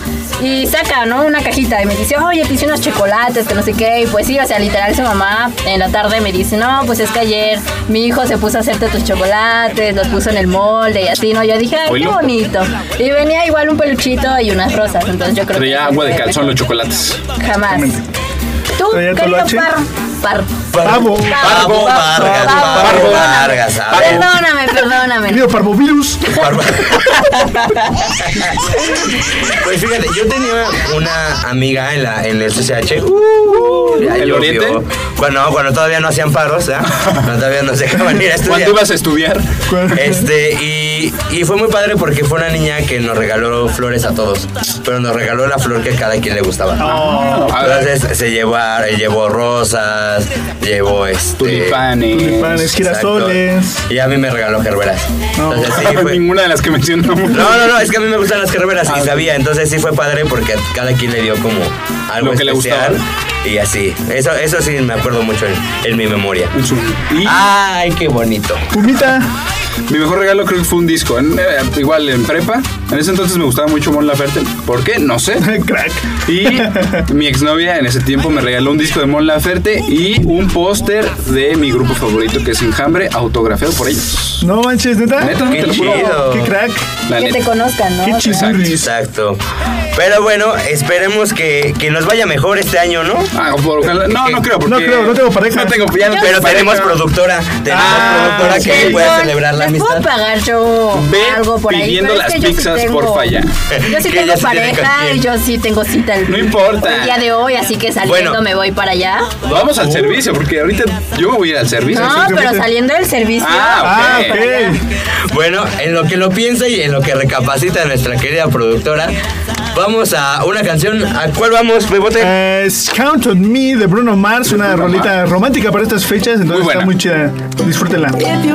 S5: Y saca, ¿no? Una cajita y me dice, oye, te hice unos chocolates, que no sé qué. Y pues sí, o sea, literal su mamá en la tarde me dice, no, pues es que ayer mi hijo se puso a hacerte tus chocolates, los puso en el molde y así, ¿no? Yo dije, ay, qué
S8: Oilo.
S5: bonito. Y venía igual un peluchito y unas rosas, entonces yo creo que...
S8: Traía agua de calzón los chocolates.
S5: Jamás. Tú,
S4: Traía
S5: querido
S4: toloache.
S5: par, par,
S4: Pavo.
S7: Parvo Vargas, Parvo
S5: Parvo.
S7: Vargas, a ver.
S5: Perdóname, perdóname.
S4: Querido parvovirus.
S7: Pues fíjate, yo tenía una amiga en, la, en el CCH. uh, ya
S8: ¿El
S7: llovió.
S8: Oriente?
S7: Cuando, cuando todavía no hacían paros, ¿eh? Cuando todavía nos dejaban ir a estudiar.
S8: ¿Cuándo ibas a estudiar?
S7: Este, y, Y, y fue muy padre porque fue una niña que nos regaló flores a todos, pero nos regaló la flor que a cada quien le gustaba.
S8: Ah,
S7: Entonces se llevó, llevó rosas, llevó este,
S8: Tulipanes. Tulipanes, girasoles.
S7: exacto. Y a mí me regaló gerberas. Entonces sí, fue-
S8: Ninguna de las que mencionamos.
S7: No, no, no, es que a mí me gustan las carreras y sabía, entonces sí fue padre porque a cada quien le dio como algo
S8: Lo que le
S7: especial y así. Eso, eso sí me acuerdo mucho en, en mi memoria. Ay, qué bonito.
S8: Pumita. Mi mejor regalo creo que fue un disco. En- eh, igual en prepa. En ese entonces me gustaba mucho Mon Laferte. ¿Por qué? No sé. Crack. Y mi exnovia en ese tiempo me regaló un disco de Mon Laferte y un póster de mi grupo favorito que es Enjambre, autografiado por ellos.
S4: No manches, neta.
S8: Neta, te lo juro.
S4: Ah, Qué crack.
S7: La
S5: Que te
S7: neta.
S5: conozcan, ¿no? O sea,
S7: Exacto. Pero bueno, esperemos que, que nos vaya mejor este año, ¿no?
S8: Ah, no, no creo, porque-
S7: No
S8: creo, no tengo pareja. No tengo- ya no
S7: pero
S8: tengo
S7: tenemos
S8: pareja.
S7: productora. Tenemos
S8: Ah,
S7: productora que
S5: Perdón,
S7: pueda celebrar la
S5: les
S7: amistad.
S5: puedo pagar yo algo por ahí. pero
S7: pidiendo
S5: es
S7: las
S5: que yo sí
S7: pizzas,
S5: tengo-
S7: porfa, ya.
S5: Yo sí
S7: Que
S5: tengo
S7: ya se tiene
S5: pareja
S7: que-
S5: y yo sí tengo cita el,
S8: No importa.
S5: el día de hoy, así que saliendo
S8: Bueno.
S5: me voy para allá.
S8: Vamos al servicio, porque ahorita yo me voy a ir al servicio.
S5: No, pero saliendo del servicio.
S7: Ah,
S5: voy
S4: Eh,
S5: para allá.
S7: Bueno, en lo que lo piensa y en lo que recapacita nuestra querida productora, vamos a una canción. ¿A cuál vamos, Bebote?
S4: Es Count on Me de Bruno Mars, una rolita romántica para estas fechas, entonces está muy chida. Disfrútenla.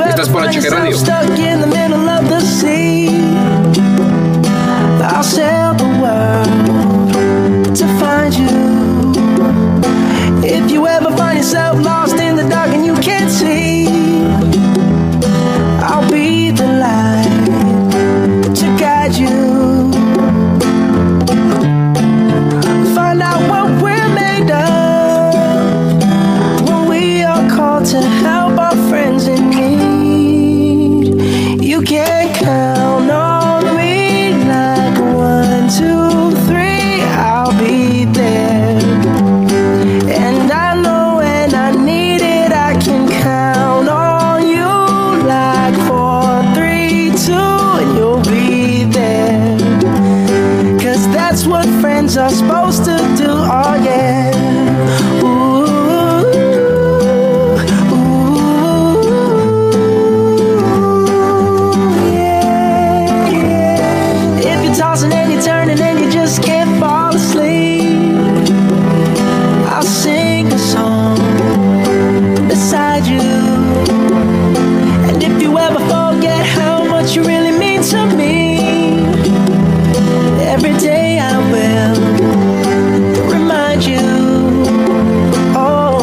S9: Estás por HG Radio. Stuck in the middle of the sea. I'll sail the world to find you. If you ever find yourself lost in the dark and you can't see, I'll be the light to guide you. Find out what we're made of when we are called to help our friends in need. You can count on me like one, two, three, I'll be there. And I know when I need it, I can count on you like four, three, two, and you'll be there. Cause that's what friends are supposed to do, oh yeah. Ooh. If you're tossing and you're turning and you just can't fall asleep, I'll sing a song beside you. And if you ever forget how much you really mean to me, every day I will remind you. Oh,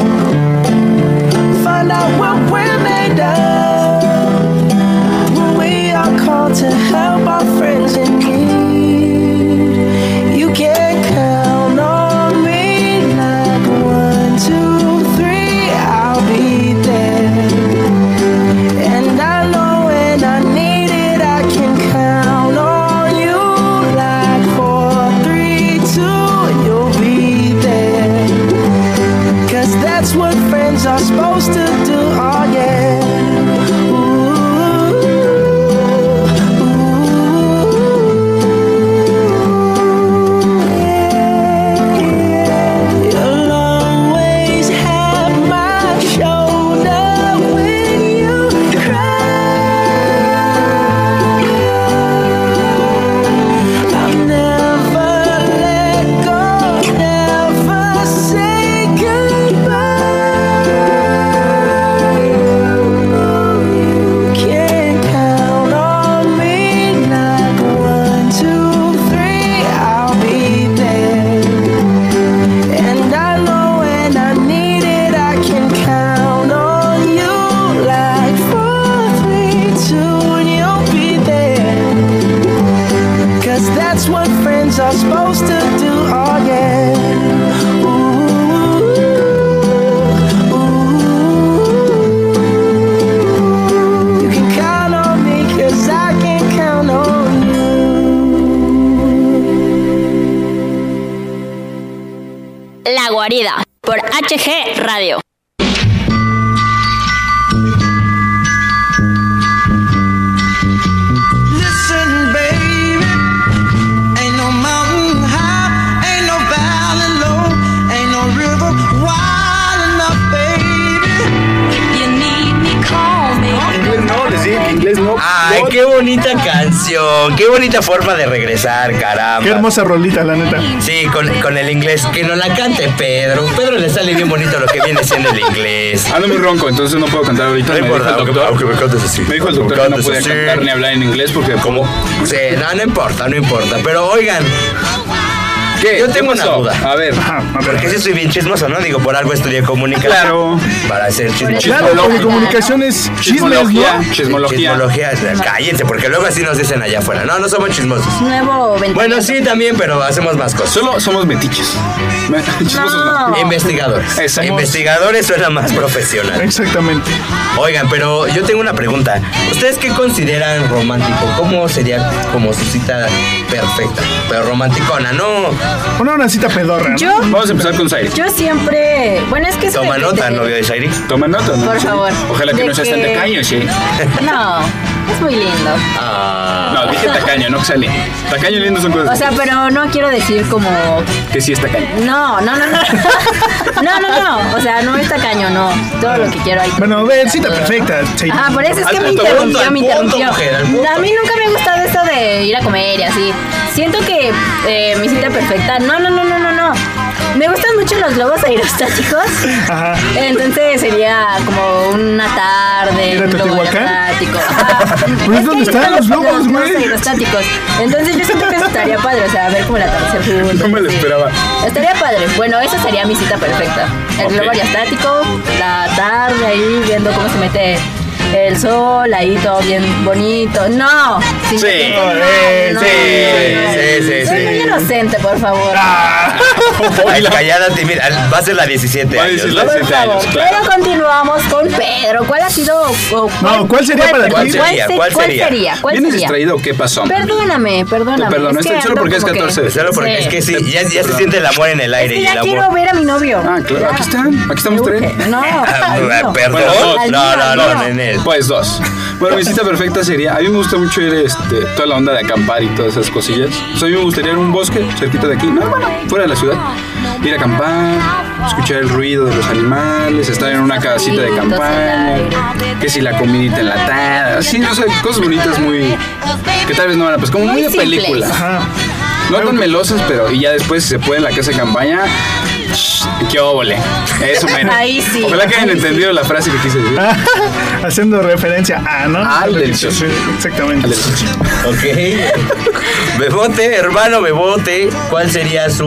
S9: find out what we're made of when we are called to help our friends in need. You can count on me like one, two, three, I'll be there. And I know when I need it, I can count on you like four, three, two, and you'll be there. Cause that's what friends are supposed to do, oh yeah. You'll always have my shoulder when you cry. I'll never let go, never say goodbye. You can count on me like one, two, three. I'll be there. And I know when I need it, I can count on you like four, three, two, and you'll be there. Cause that's what friends are supposed to do, oh yeah. Ooh, ooh. You can count on me, cause I can count on you.
S10: La guarida por HG Radio.
S9: Listen, baby. Ain't no mountain high, ain't no valley low, ain't no river wide enough, baby. If you need me, call me.
S8: inglés no, Ah, les dije que inglés no.
S7: Ay, qué bonita canción. Qué bonita forma de regresar, caramba.
S4: Qué hermosa rolita, la neta.
S7: Sí, con, con el inglés. Que no la cante Pedro. Pedro le sale bien bonito lo que viene siendo el inglés.
S8: Ando muy ronco, entonces no puedo cantar ahorita.
S7: Ah, No
S8: me
S7: importa,
S8: dijo el
S7: aunque-
S8: doctor,
S7: aunque me cantes así.
S8: Me dijo el doctor que
S7: Aunque me
S8: no
S7: cantes
S8: podía
S7: así.
S8: cantar ni hablar en inglés porque como...
S7: Sí, no, no importa, no importa. Pero oigan.
S8: ¿Qué?
S7: Yo tengo
S8: ¿Qué
S7: una
S8: pasó?
S7: duda.
S8: A ver.
S7: Porque sí soy bien chismoso, ¿no? Digo, por algo estudié comunicación.
S8: Claro.
S7: Para ser chismoso.
S4: Claro, porque comunicación es chismes, ¿no?
S7: Chismología. Chismología. Cállense, porque luego así nos dicen allá afuera. No, no somos chismosos.
S5: Nuevo ventaja.
S7: Bueno, sí, también, pero hacemos más cosas.
S8: Solo somos metiches. Me- chismosos no.
S7: Investigadores.
S8: Exacto.
S7: Investigadores suena más profesional.
S4: Exactamente.
S7: Oigan, pero yo tengo una pregunta. ¿Ustedes qué consideran romántico? ¿Cómo sería como su cita perfecta? Pero romanticona, no.
S4: Una, una cita pedorra. ¿no?
S5: Yo,
S8: Vamos a empezar con Zaire.
S5: yo siempre. Bueno, es que. eso
S7: Toma
S5: de que
S7: nota,
S5: te-
S7: novio de Shairi.
S8: Toma nota, ¿no?
S5: Por
S8: Sí.
S5: favor.
S8: Ojalá que
S5: De
S8: no seas tan
S5: que-
S8: tacaño, sí.
S5: No, es muy lindo.
S7: Ah,
S8: No, dije tacaño, no que sale. Tacaño y lindo son cosas.
S5: O sea, pero no quiero decir como.
S8: que sí es tacaño.
S5: No, no, no, no. No, no, no. O sea, no es tacaño, no. Todo lo que quiero ahí.
S4: Bueno, ver, cita perfecta. sí.
S5: Ah, por eso es
S7: Al
S5: que me
S7: punto,
S5: interrumpió,
S7: al
S5: me
S7: punto,
S5: interrumpió.
S7: mujer, al punto.
S5: A mí nunca me ha gustado eso de ir a comer y así. Siento que eh, mi cita perfecta. No, no, no, no, no, no. Me gustan mucho los globos aerostáticos. Entonces sería como una tarde.
S4: ¿Ir a
S5: un globo
S4: Teotihuacán?
S5: aerostático. Ajá.
S4: Pues,
S5: Es
S4: ¿dónde
S5: que
S4: están
S5: están
S4: los globos, güey?
S5: aerostáticos. Entonces yo siento que eso estaría padre. O sea, ver como la atardecer juntos.
S8: No me lo
S5: así.
S8: esperaba.
S5: Estaría padre. Bueno, esa sería mi cita perfecta. El
S8: Ok.
S5: globo aerostático, la tarde ahí viendo cómo se mete el sol, ahí todo bien bonito. No. Sí,
S8: eh, sí,
S7: sí, sí,
S5: Soy
S7: sí.
S5: muy inocente, por favor.
S8: Ah,
S7: ay, callada, tímida. Va a ser la 17
S8: Va a
S7: años.
S8: decir la
S7: ¿no?
S5: por
S8: 17
S5: favor.
S8: años, claro.
S5: Pero continuamos con Pedro. ¿Cuál ha sido? o
S4: No, ¿cuál sería para
S5: perdón,
S4: ti?
S7: ¿Cuál sería?
S5: se-
S7: ¿Cuál
S5: ¿Cuál
S7: sería?
S5: sería? ¿Cuál
S8: ¿Vienes
S5: sería?
S8: distraído o qué pasó?
S5: Perdóname, perdóname.
S8: Perdón,
S5: es que
S8: estoy- solo
S5: ando
S8: porque es
S5: como que-
S8: 14.
S7: Solo porque
S5: Sí.
S7: es que sí, ya, ya se siente el amor en el
S5: Es
S7: aire
S5: que
S7: y el
S5: ya
S7: amor.
S5: quiero ver a mi novio.
S8: Ah, claro,
S5: Ya.
S8: aquí están. Aquí estamos
S5: Me urge.
S8: tres.
S5: No,
S7: Ah,
S5: al mío.
S7: perdón.
S5: Al
S7: no,
S5: mío,
S7: no,
S5: al
S7: no,
S5: mío.
S7: nenel.
S8: Pues dos. Bueno, mi cita perfecta sería. A mí me gusta mucho ir este, toda la onda de acampar y todas esas cosillas. O sea, a mí me gustaría ir a un bosque cerquita de aquí, no, bueno, fuera de la ciudad. Ir a acampar, escuchar el ruido de los animales, estar en una casita de campaña, que si la comidita enlatada, así, no sé, cosas bonitas muy. que tal vez no van a, pues como muy de
S5: Muy simples.
S8: película. No tan melosas, pero y ya después si se puede en la casa de campaña. shh, ¡Qué óvole! Eso menos.
S5: Ahí sí,
S8: Ojalá que hayan
S5: ahí sí.
S8: entendido la frase que quise decir.
S4: Haciendo referencia a, ¿no?
S9: Ah.
S8: Al delicioso.
S4: Sí, Exactamente.
S8: Al delicioso.
S7: Ok. Bebote, hermano Bebote, ¿cuál sería su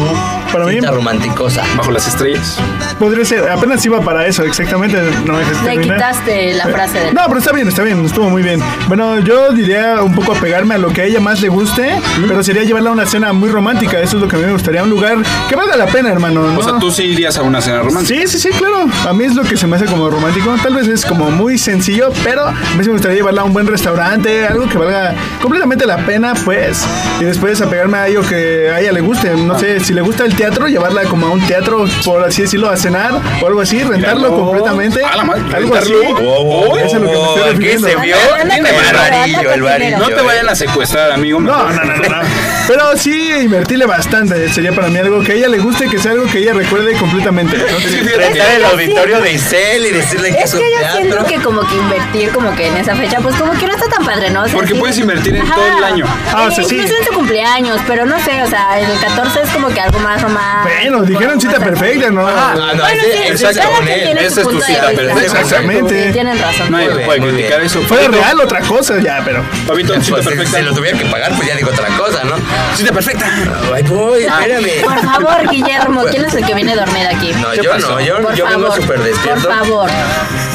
S4: Para mí-
S7: cita romanticosa?
S8: Bajo las estrellas.
S4: Podría ser, apenas iba para eso, exactamente. No me dejaste
S5: Le
S4: terminar.
S5: quitaste la frase de...
S4: No, pero está bien, está bien, estuvo muy bien. Bueno, yo diría un poco apegarme a lo que a ella más le guste, pero sería llevarla a una cena muy romántica. Eso es lo que a mí me gustaría, un lugar que valga la pena, hermano. ¿no?
S8: O sea, tú sí irías a una cena romántica.
S4: Sí, sí, sí, claro. A mí es lo que se me hace como romántico. Tal vez es como muy sencillo, pero a mí sí me gustaría llevarla a un buen restaurante, algo que valga completamente la pena, pues. Y después apegarme a algo que a ella le guste. No sé, si le gusta el teatro, llevarla como a un teatro, por así decirlo, a cenar o algo así, rentarlo
S8: no.
S4: completamente.
S8: A la madre,
S4: algo así.
S8: rentarlo.
S7: Wow, wow, wow,
S4: Eso es lo que me estoy
S7: ¿a oh, ¿Qué
S4: refiriendo.
S7: se vio?
S5: Anda, anda
S7: El
S5: con dinero,
S7: varillo,
S5: anda
S7: el
S5: con
S7: varillo.
S5: dinero.
S8: No te vayan a secuestrar, amigo.
S4: eh. No,
S8: mejor.
S4: no, no, no, no. Pero sí invertirle bastante. Sería para mí algo que a ella le guste, que sea algo que ella recuerde completamente.
S8: Es que fíjate
S7: Rentar
S8: que-
S7: el auditorio de Isel y decirle que es
S5: Es
S7: un
S5: que yo siento
S7: teatro. Pues,
S5: que como que invertir como que en esa fecha, pues como que no está tan padre, ¿no? O sea,
S8: Porque
S5: sí- Eh,
S8: puedes invertir en todo el año.
S4: Ah, o sea, sí.
S5: Incluso en su cumpleaños, pero no sé, o sea, el 14 es como que algo más romántico.
S4: Bueno, dijeron cita
S5: más así.
S4: perfecta, ¿no?
S7: Ah, no,
S5: Bueno,
S7: ese-
S5: sí,
S7: ese es
S5: cada
S7: con
S5: quien
S7: él,
S5: tiene su
S7: ese es tu
S5: punto de
S7: cita
S5: vista.
S7: perfecta.
S4: Exactamente.
S5: Sí, tienen
S8: Nadie
S5: razón.
S7: Muy
S8: te
S7: bien,
S8: puede
S7: muy
S8: criticar
S7: bien.
S8: eso.
S4: Fue
S8: Fabito,
S4: real otra cosa ya, pero.
S8: Fabito,
S7: Pues,
S8: cita
S7: si-
S8: perfecta.
S7: si lo tuviera que pagar, pues ya digo otra cosa, ¿no? Cita perfecta. Ay, voy, espérame.
S5: Ah, Por favor, Guillermo, ¿quién es el que viene a dormir aquí?
S7: No,
S8: ¿Qué
S7: yo
S8: pasó?
S7: no, yo,
S5: Por
S7: yo vengo
S5: favor,
S7: súper despierto.
S5: Por favor.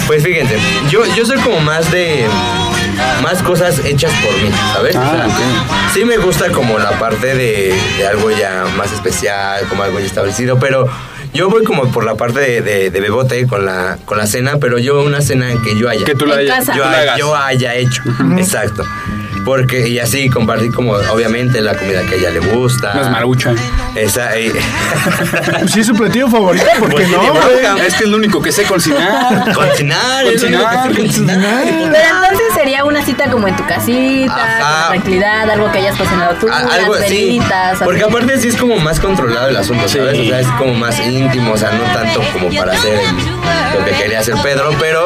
S7: Pues fíjense, yo, yo soy como más de. Más cosas hechas por mí, ¿sabes?
S8: Ah,
S7: O sea,
S8: ok.
S7: Sí me gusta como la parte de, de algo ya más especial, como algo ya establecido, pero yo voy como por la parte de, de- de bebote con la, con la cena, pero yo una cena que yo haya.
S8: Que tú la
S5: En
S8: hayas.
S5: casa.
S8: tú
S7: yo,
S8: la
S7: ha-
S8: hagas.
S7: yo haya hecho. Exacto. Porque, y así compartir como obviamente la comida que a ella le gusta.
S4: ah.
S8: Más marucha.
S7: Esa, eh, y-
S4: Si es su platillo favorito, ¿por qué
S7: Pues
S4: no,
S7: tiene bronca.
S4: güey?
S8: Es que es lo único que sé cocinar.
S7: Cocinar, es lo único que sé
S8: cocinar.
S5: Pero entonces sería una cita como en tu casita, con tranquilidad, algo que hayas cocinado tú,
S7: A- algo
S5: las
S7: así.
S5: velitas,
S7: Porque aparte sí es como más controlado el asunto, ¿sabes? O sea, es como más íntimo, o sea, no tanto como para hacer el- lo que quería hacer Pedro, pero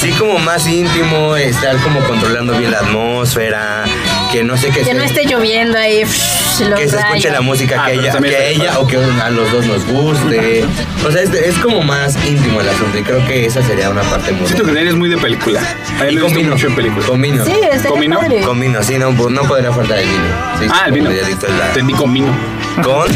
S7: sí como más íntimo, estar como controlando bien la atmósfera, que no sé qué
S5: que no esté lloviendo ahí. psh, los
S7: que se escuche
S5: rayos.
S7: la
S8: Ah,
S7: música que ella, que ella o que a los dos nos guste. O sea, es, es como más íntimo el asunto y creo que esa sería una parte muy
S8: Siento que Daniel es muy de película. A él le gusta mucho en película.
S7: Comino.
S5: Sí, estaría
S7: comino.
S5: padre.
S7: Comino, sí, no, no podría faltar el vino. Sí,
S8: Ah, el
S7: como
S8: vino.
S7: ya dije, la-
S8: Entendí con vino.
S7: Con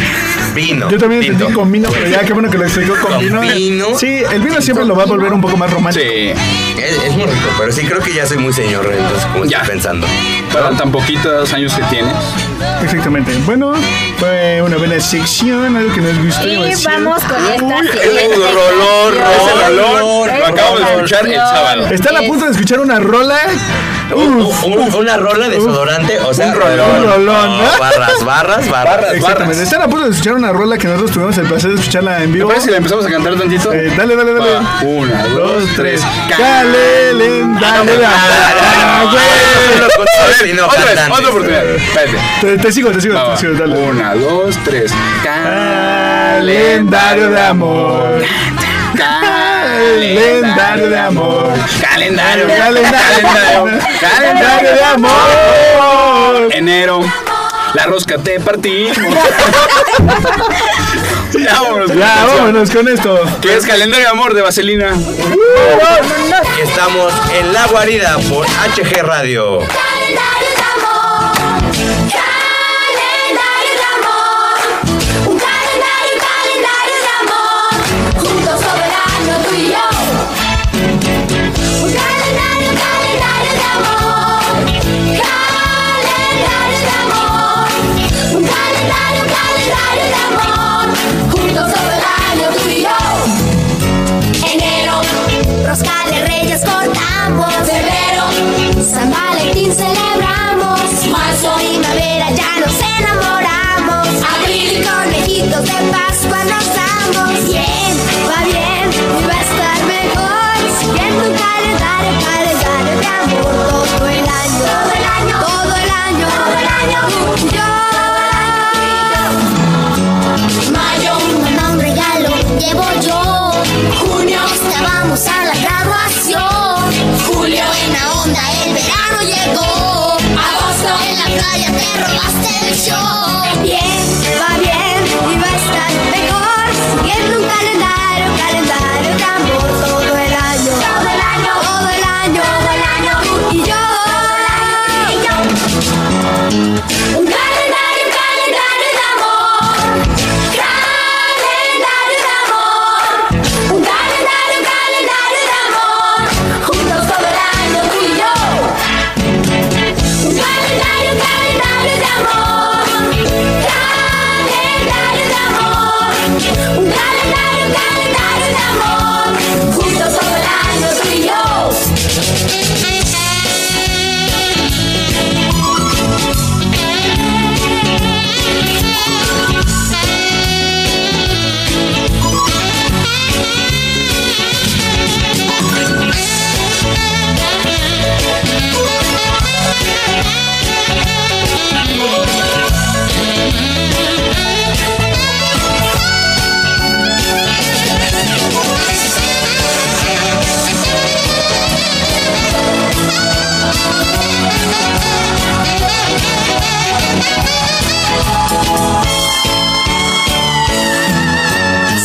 S7: vino.
S4: Yo también
S7: Tinto.
S4: entendí con vino, pero ya qué bueno que lo explicó con
S7: Con
S4: vino.
S7: vino.
S4: Sí, el vino siempre lo va a volver un poco más romántico.
S8: Sí.
S7: Es, es muy rico, pero sí creo que ya soy muy señor, entonces como
S8: Ya.
S7: estoy pensando.
S8: Para tan poquitos años que tienes.
S4: Exactamente. Bueno, fue una buena sección, algo que nos gustó.
S5: Y
S4: demasiado.
S5: vamos con esta
S7: Uy,
S5: siguiente
S7: el rolón,
S5: canción.
S8: Ese rolón
S5: Esta
S8: lo acabo de escuchar el
S5: canción
S8: sábado.
S4: Están a
S5: es-
S4: punto de escuchar una rola. Uh, Uf,
S7: Un- una rola de desodorante, o sea,
S4: Un rolón. Un rolón, ¿no?
S7: barras, barras, barras.
S4: Exactamente. Están a punto de escuchar una rola que nosotros tuvimos el placer de escucharla en
S8: ¿Te
S4: vivo.
S8: parece si la empezamos a cantar tantito?
S4: Eh, dale, dale, dale.
S8: Va, Una, dos, tres.
S4: Calelen, dale la
S7: Ah,
S4: güey.
S7: no, con-
S8: A ver,
S7: sí, no,
S8: otra vez,
S7: cantantes.
S8: otra oportunidad. Espérate.
S4: Te, te sigo, te sigo,
S8: Va,
S4: te sigo,
S8: va.
S4: dale.
S8: Una, dos, tres.
S4: Calendario de amor. Calendario de amor.
S8: Calendario.
S4: Calendario. Calendario de amor.
S8: Enero. La rosca te partí. ya vámonos. con la
S4: Ya,
S8: canción.
S4: vámonos con esto.
S8: Que es calendario de amor de Vaselina.
S7: Aquí Estamos en La Guarida por HG Radio.
S14: Enero, rosca de reyes cortamos. Febrero, San Valentín celebramos. Marzo, primavera, ya nos enamoramos. Abril, conejitos de Pascua nos damos. Bien, va bien, y va a estar mejor. Siguiendo un calendario, calendario de amor. Todo el año, todo el año, todo el año, todo el año. Tú y yo. Mayo, mamá, un regalo llevo yo. Junio, estábamos a la graduación. Julio, buena onda, el verano llegó. Agosto, en la playa te robaste el show. Bien, va bien y va a estar mejor. Siguiendo un calendario, calendario de amor. Todo el año, todo el año, todo el año, todo el año. Tú y yo. Un calendario, calendario de amor. Calendario de amor, un calendario, calendario de amor, juntos todo el año tú y yo. Un calendario, calendario de amor, calendario de amor, un calendario, calendario de amor, juntos todo el año tú y yo.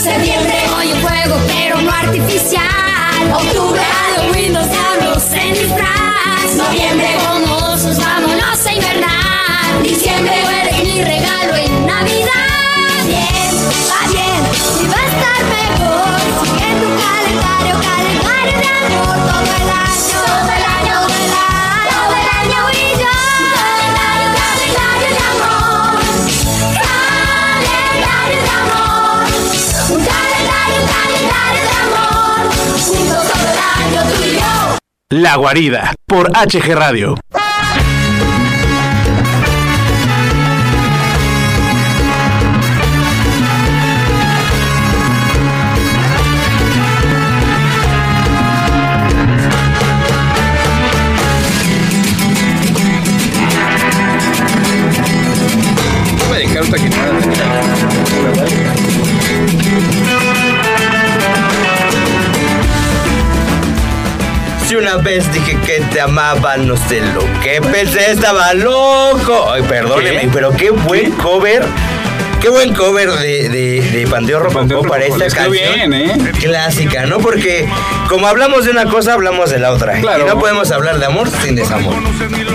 S14: Septiembre hoy un fuego, pero no artificial. Octubre Halloween nos damos en disfraz. Noviembre como osos, vámonos a invernar. Diciembre eres mi regalo en Navidad. Bien, va bien y va a estar mejor. Sigue tu calendario, calendario de amor todo el año, todo el año, todo el año, todo el año y yo. Calendario, calendario de amor, calendario de amor. Un calendario, calendario de amor. Juntos todo el año tú y yo.
S6: La Guarida por HG Radio.
S8: de carta que nada.
S7: Si una vez dije que te amaba, no sé lo que pensé, estaba loco. Ay, perdóneme, pero qué buen cover. Qué buen cover de, de, de Pandeo Rococó para
S8: Rococó,
S7: esta
S8: les quedó
S7: canción.
S8: bien, ¿eh?
S7: Clásica, ¿no? Porque como hablamos de una cosa, hablamos de la otra. Y no podemos hablar de amor sin desamor.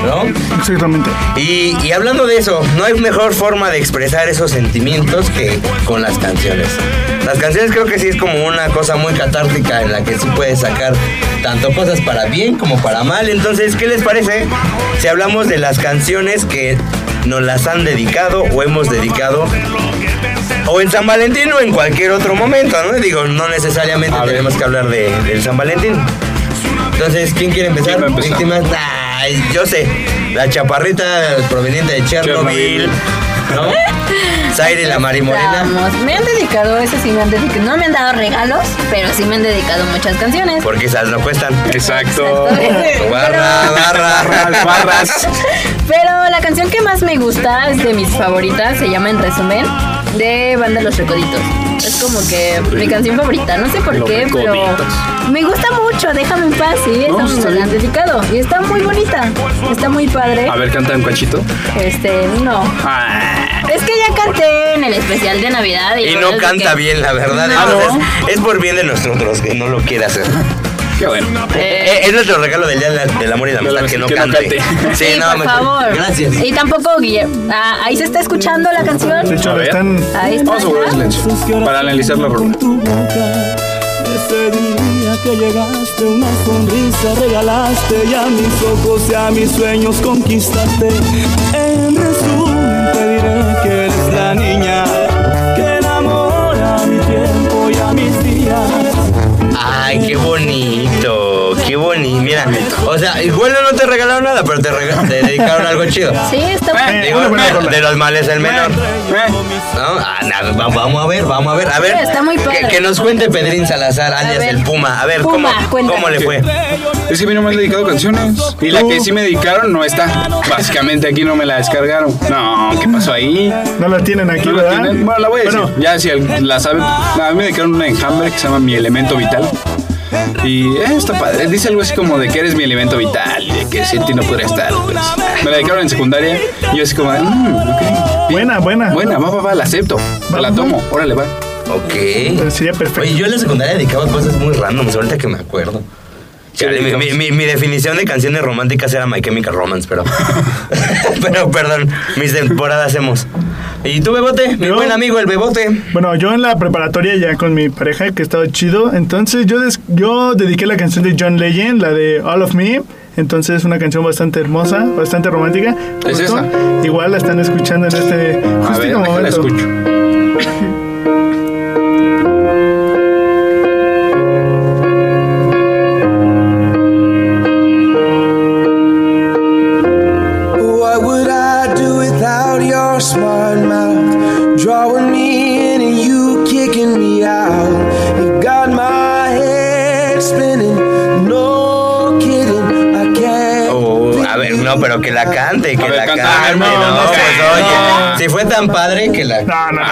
S7: ¿No?
S4: Exactamente.
S7: Y, y hablando de eso, no hay mejor forma de expresar esos sentimientos que con las canciones. Las canciones creo que sí es como una cosa muy catártica en la que sí puedes sacar tanto cosas para bien como para mal. Entonces, ¿qué les parece si hablamos de las canciones que nos las han dedicado o hemos dedicado? O en San Valentín o en cualquier otro momento, ¿no? Digo, no necesariamente tenemos que hablar de, del San Valentín. Entonces, ¿quién quiere empezar? Víctimas. Ay, yo sé. La chaparrita proveniente de Chernobyl. ¿No? Zaire la marimorena.
S5: Vamos, Me han dedicado, eso sí me han dedicado. No me han dado regalos, pero sí me han dedicado muchas canciones.
S7: Porque esas no cuestan. Exacto.
S5: Exacto.
S7: Barra, barra, barras, barras.
S5: Pero la canción que más me gusta es de mis favoritas, se llama En Resumen, de Banda Los Recoditos. Es como que mi canción favorita, no sé por
S9: Los
S5: qué, pero
S9: Recoditos.
S5: me gusta mucho, déjame en paz, sí, esa me la han dedicado. Y está muy bonita, está muy padre.
S8: A ver, canta un cachito. Ah,
S5: Este, no. Es que ya canté en el especial de Navidad.
S7: Y
S5: la
S7: no
S5: verdad es
S7: canta
S5: que-
S7: bien, la verdad.
S5: No.
S7: Entonces, es por bien de nosotros que no lo quiere hacer. Qué bueno.
S5: Eh.
S7: es nuestro regalo del Día del del Amor y la Amistad, que no cante. Sí,
S5: Sí,
S7: no,
S5: por
S7: me-
S5: favor.
S7: Gracias.
S5: Y tampoco, Guillermo. Ah, ahí se está escuchando la canción.
S8: De hecho, A ver. están-
S5: Ahí está.
S8: Vamos a volver al silencio para analizar la rola.
S15: Ese día que llegaste, una sonrisa regalaste y a mis ojos y a mis sueños conquistaste. En resumen te diré que eres la niña que enamora a mi tiempo y a mis días.
S7: Ay, qué bonito, qué bonito. Mira, o sea, igual no te regalaron nada, pero te, rega- te dedicaron algo chido.
S5: Sí, está
S7: Eh, digo, de los males el menor.
S8: Eh,
S7: ¿No? Ah, na- va- vamos a ver, vamos a ver. A ver,
S5: Sí, está muy padre.
S7: Que, que nos cuente Pedrín Salazar, alias
S5: ver.
S7: el Puma. A ver,
S5: Puma,
S7: ¿cómo,
S5: cuéntanos.
S7: ¿cómo le fue?
S8: Es que a mí no me han dedicado canciones. Y la que sí me dedicaron no está. Básicamente aquí no me la descargaron. No, ¿qué pasó ahí?
S4: No la tienen aquí,
S8: ¿No la
S4: ¿verdad?
S8: tienen? Bueno, la voy a decir. ya si al- la sabe. A mí me dedicaron una enjambre que se llama Mi Elemento Vital. Y eh, está padre. Dice algo así como de que eres mi elemento vital y de que sin ti no podría estar. pues. Me la dedicaron en secundaria y yo así como, mm, ok.
S4: Buena, buena.
S8: Buena, va, va, va, la acepto. la tomo. Órale, va.
S7: Ok.
S4: Sería perfecto.
S7: Oye, yo en la secundaria dedicaba cosas muy randoms, ahorita que me acuerdo. Chale, mi, mi- mi- mi definición de canciones románticas era My Chemical Romance, pero. pero perdón, mis temporadas hemos. ¿Y tú, Bebote? Mi buen amigo, el Bebote.
S4: Bueno, yo en la preparatoria ya con mi pareja, que estaba chido, entonces yo, des- yo dediqué la canción de John Legend, la de All of Me, entonces una canción bastante hermosa, bastante romántica.
S8: Es
S4: Justo, Igual la están escuchando en este
S8: A ver,
S4: justo
S8: déjala,
S4: momento.
S8: escucho.
S9: What would I do without your smart mouth? Drawing me in and you kicking me out. You got my head spinning. No kidding, I can't.
S7: Uh, a ver, no, pero que la cante, que la cante. No, pues, oye, si fue tan padre que la, que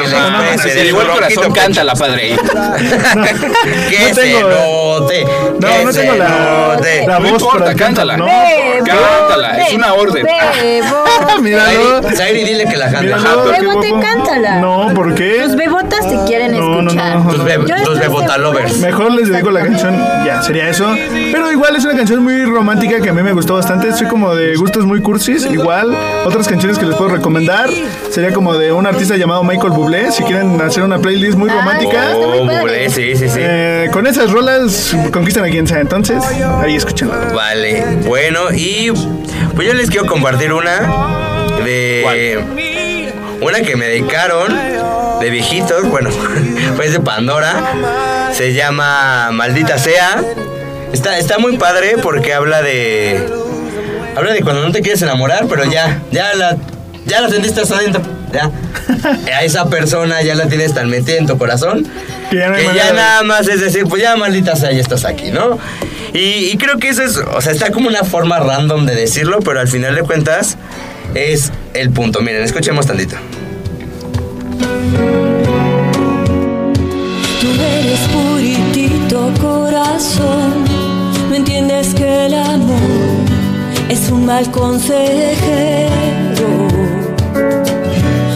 S7: la exprese.
S8: Si
S7: de
S8: le igual
S7: su
S8: corazón,
S7: bronquito,
S8: canta la padre.
S7: que
S8: no
S7: se
S8: tengo-
S7: note.
S8: No,
S7: que
S8: no
S7: se
S8: tengo la-
S7: note.
S8: la No voz importa, para cántala. cantarla. No, Cántala, es una orden.
S7: Zairi- Zairi, dile que la cante. Ajá, pero-
S5: Bebote, cántala.
S4: No, ¿por qué?
S5: Tus bebotas te quieren escuchar.
S7: Tus, be-
S5: Yo
S7: tus
S5: estoy
S7: bebotalovers.
S4: Mejor les dedico la canción, ya, sería eso. Pero igual es una canción muy romántica que a mí me gustó bastante. Soy como de gustos muy cursis. Igual, otras canciones que les puedo recomendar sería como de un artista llamado Michael Bublé. Si quieren hacer una playlist muy romántica,
S7: Oh, Bublé, sí, sí, sí.
S4: eh, con esas rolas conquistan a quien sea. Entonces, ahí escúchenla.
S7: Vale, bueno, y pues yo les quiero compartir una de. Una que me dedicaron de viejitos, bueno, pues de Pandora. Se llama Maldita sea. Está, está muy padre porque habla de. Habla de cuando no te quieres enamorar, pero ya, ya la. Ya la sentiste hasta adentro. Ya. A esa persona ya la tienes tan metida en tu corazón
S4: Que ya no hay
S7: que
S4: manera
S7: ya
S4: de-
S7: nada más es decir, pues ya maldita sea, ya estás aquí, ¿no? Y, y creo que eso es, o sea, está como una forma random de decirlo, pero al final de cuentas es el punto. Miren, escuchemos tantito.
S9: Tú eres puritito corazón, no entiendes que el amor es un mal consejero.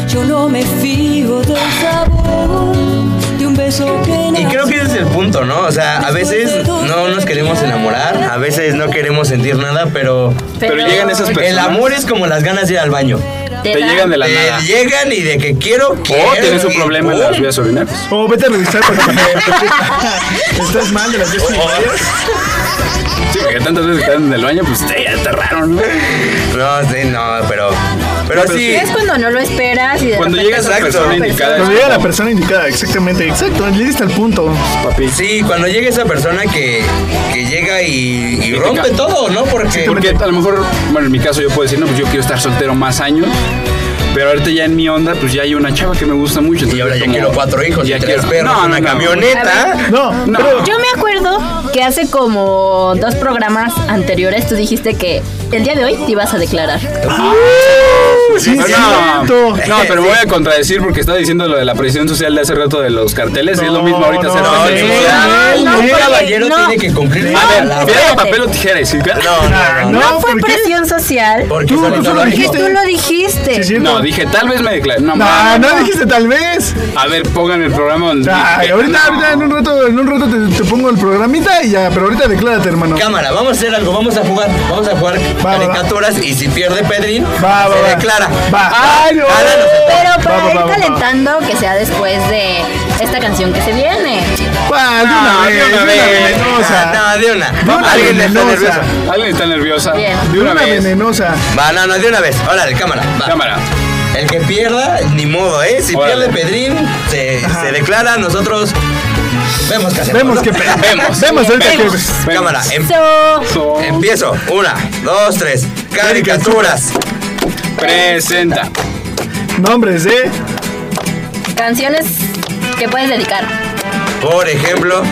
S9: Yo no me fío del sabor de un beso que
S7: Y creo que ese es el punto, ¿no? O sea, a veces no nos queremos enamorar, a veces no queremos sentir nada, pero...
S8: Pero Pero llegan esas
S7: El
S8: personas.
S7: amor es como las ganas de ir al baño. Eh,
S8: Te Te dan- llegan de la nada.
S7: llegan y de que quiero, quiero.
S8: O tienes un problema en las vías urinarias.
S6: O vete a revisar porque estás mal de las vías urinarias.
S8: Sí, porque tantas veces que están en el baño, pues te aterraron.
S7: No, sí, no, pero... Pero sí...
S5: Es cuando no lo esperas y de
S8: Cuando
S5: repente-
S8: llegas a la persona indicada,
S6: Cuando llega la persona indicada, exactamente, exacto, le diste al punto, papi.
S7: Sí, cuando llega esa persona que, que llega y, y rompe todo, ¿no? Porque...
S8: Porque a lo mejor, bueno, en mi caso yo puedo decir, no, pues yo quiero estar soltero más años. Pero ahorita ya en mi onda, pues ya hay una chava que me gusta mucho. Y ahora
S7: ya quiero cuatro hijos, y tres perros, una camioneta.
S6: No,
S8: no.
S5: Yo me acuerdo que hace como dos programas anteriores tú dijiste que el día de hoy te ibas a declarar.
S6: Sí,
S8: no,
S6: sí,
S8: no,
S6: cierto.
S8: no, pero me voy a contradecir porque estaba diciendo lo de la presión social de hace rato de los carteles y es lo mismo ahorita hacer
S7: no,
S8: presión
S7: no,
S8: social.
S7: no,
S8: un
S7: no,
S8: caballero
S7: no.
S8: tiene que cumplir.
S7: No,
S8: a ver,
S7: espérate.
S8: piedra, papel o tijera. y si-
S7: no,
S5: No, fue presión social.
S7: Porque
S5: tú,
S8: solo tú lo dijiste.
S5: tú lo dijiste.
S8: No, dije, tal vez me declaré. No,
S6: No,
S8: mames.
S6: Ah, no dijiste tal vez.
S8: A ver, pongan el programa donde.
S6: Ay, ahorita,
S8: No.
S6: ahorita en un rato, en un rato te, te pongo el programita y ya, pero ahorita declárate, hermano.
S7: Cámara, vamos a hacer algo, vamos a jugar, vamos a jugar caricaturas y si pierde Pedrin,
S6: va,
S7: se
S6: va.
S7: declara.
S6: Va.
S7: Ay, no.
S5: Pero para
S7: Va, va,
S5: ir
S7: va, va, va.
S5: calentando que sea después de esta canción que se viene.
S6: ¿Cuál?
S7: No, de una vez. Ah,
S6: venenosa.
S7: No, de una.
S6: De una
S7: Alguien está
S6: venenosa.
S7: nerviosa.
S8: Alguien está nerviosa.
S6: De una venenosa.
S7: Va, no, no, de una vez. Órale, cámara. va.
S8: Cámara.
S7: El que pierda, ni modo, ¿eh? Si
S8: Órale.
S7: pierde Pedrín, se, se declara, nosotros vemos qué hacemos.
S6: Vemos
S7: ¿no?
S6: qué pe-
S7: Vemos.
S6: Vemos ahorita
S7: Vemos.
S6: qué-
S7: Cámara, em- empiezo. Una, dos, tres. Caricaturas.
S8: Presenta.
S6: Nombres de.
S5: Canciones que puedes dedicar.
S7: Por ejemplo,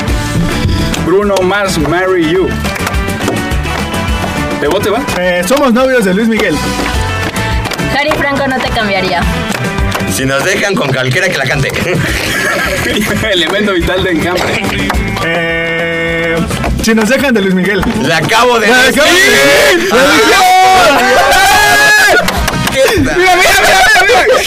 S8: Bruno Mars, Marry You. ¿Te bote, va?
S6: Eh, somos novios de Luis Miguel.
S5: Harry Franco no te cambiaría.
S7: si nos dejan con cualquiera que la cante.
S8: Elemento vital de enjambre.
S6: Eh, si nos dejan de Luis Miguel. Eh,
S7: La acabo de
S6: ¡La
S7: decir.
S6: acabo de decir! ¡La dije!
S7: Mira,
S6: mira,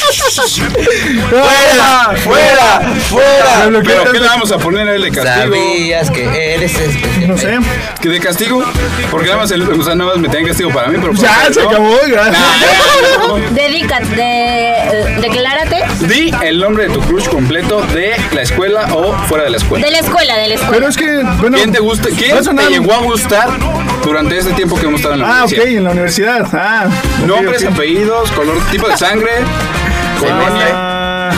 S7: ¡Fuera! ¡Fuera! ¡Fuera!
S8: ¿Pero qué le vamos a poner a él de castigo?
S7: Sabías que eres especial.
S6: No sé.
S8: ¿Que de castigo? Porque nada más el o sea, nada más me tenían castigo para mí, pero.
S6: Ya, se acabó, gracias.
S8: eh.
S5: Dedícate, eh, declárate.
S8: Di el nombre de tu crush completo de la escuela o fuera de la escuela.
S5: De la escuela, de la escuela.
S6: Pero es que, bueno.
S8: ¿Quién te gusta? ¿Quién
S6: va a
S8: te
S6: sonar-
S8: llegó a gustar durante este tiempo que hemos estado en la
S6: Ah, ok,
S8: universidad?
S6: en la universidad. Ah, ok,
S8: Nombres,
S6: ok.
S8: apellidos, color, tipo de sangre, colonia.
S6: Ah,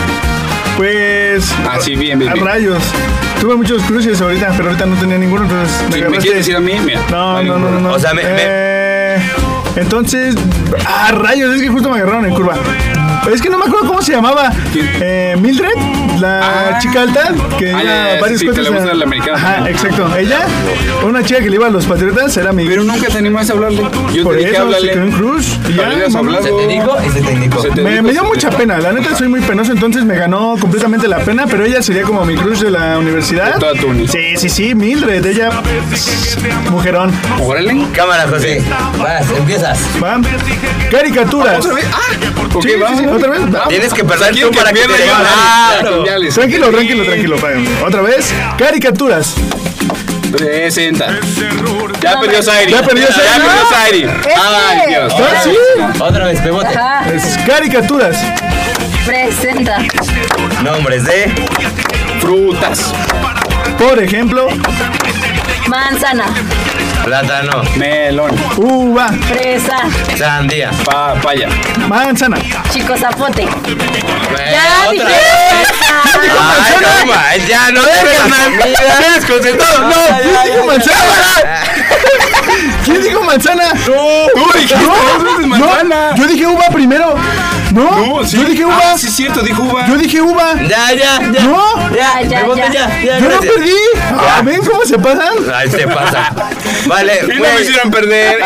S6: Pues.
S8: Así, bien, bien,
S6: A
S8: bien.
S6: rayos. Tuve muchos cruces ahorita, pero ahorita no tenía ninguno, entonces.
S8: Si me
S6: agarraste.
S8: quieres decir a mí, mira.
S6: No, no, no, no, no.
S7: O sea, me- me-
S6: Eh, Entonces, ah, rayos, es que justo me agarraron en curva. Es que no me acuerdo cómo se llamaba. Eh, Mildred, la chica alta, que
S8: Ah, ya,
S6: iba
S8: ya, ya,
S6: varios
S8: sí, que le
S6: coches
S8: gusta
S6: a-
S8: la americana.
S6: Ajá, exacto. Ella, una chica que le iba a los patriotas, era mi.
S8: Pero nunca te animas a hablarle. Yo
S6: Por
S8: te dije,
S6: eso
S8: háblale.
S6: se quedó en cruz. Y ya,
S8: Hablarle a su
S6: mamá.
S8: hablado.
S7: Se te dijo y se te indicó.
S8: Se te
S6: Me,
S8: dijo,
S6: me
S8: se
S6: dio
S8: te
S6: mucha
S8: dijo.
S6: pena, la neta soy muy penoso, entonces me ganó completamente la pena, pero ella sería como mi crush de la universidad.
S8: De toda tu uni.
S6: Sí, sí, sí, Mildred, ella, mujerón.
S8: Órale.
S7: Cámara, José. Vas, empiezas.
S6: Va. Caricaturas.
S8: ¿Otra vez? Ah, ok,
S6: Sí, sí, sí,
S8: vamos.
S6: otra vez. Vamos.
S7: Tienes que
S8: O sea,
S7: perder
S8: ¿quién
S7: tú para que
S8: pierde?
S7: te diga.
S8: Vale,
S7: Ah,
S8: claro, ya les-
S6: Tranquilo, tranquilo, tranquilo, Fabián. Otra vez, caricaturas.
S8: Presenta. Ya perdió Zairi.
S6: Ya perdió Zairi.
S8: Ya perdió Zairi. Ay, Dios.
S6: Ah, sí.
S7: Otra vez, pebote.
S5: Ajá,
S6: Es caricaturas.
S5: presenta.
S7: Nombres de.
S8: Frutas.
S6: Por ejemplo,
S5: Manzana,
S7: Plátano.
S8: Melón.
S6: uva,
S5: fresa,
S7: Sandía.
S8: Papaya.
S6: manzana.
S5: chico zapote.
S7: Eh,
S5: Ya,
S7: otra
S5: dije.
S7: vez. Ay,
S6: manzana.
S7: no, ma, ya no te veas mal. desconcentrado. No,
S6: Ah, ¿Quién dijo manzana? ¿Quién dijo manzana?
S8: Tú dijiste dos veces
S6: No,
S8: manzana.
S6: yo dije uva primero. No,
S8: sí.
S6: yo dije uva.
S8: Ah, sí, es cierto, dijo uva.
S6: Yo dije uva.
S7: Ya, ya, ya.
S6: No.
S7: Ya, ya, Me ya, ya, ya,
S6: Yo la
S7: gracias.
S6: perdí. Ah, ¿Ven cómo se pasan?
S7: Ahí se pasa. Vale,
S8: Y no
S7: güey.
S8: me hicieron perder.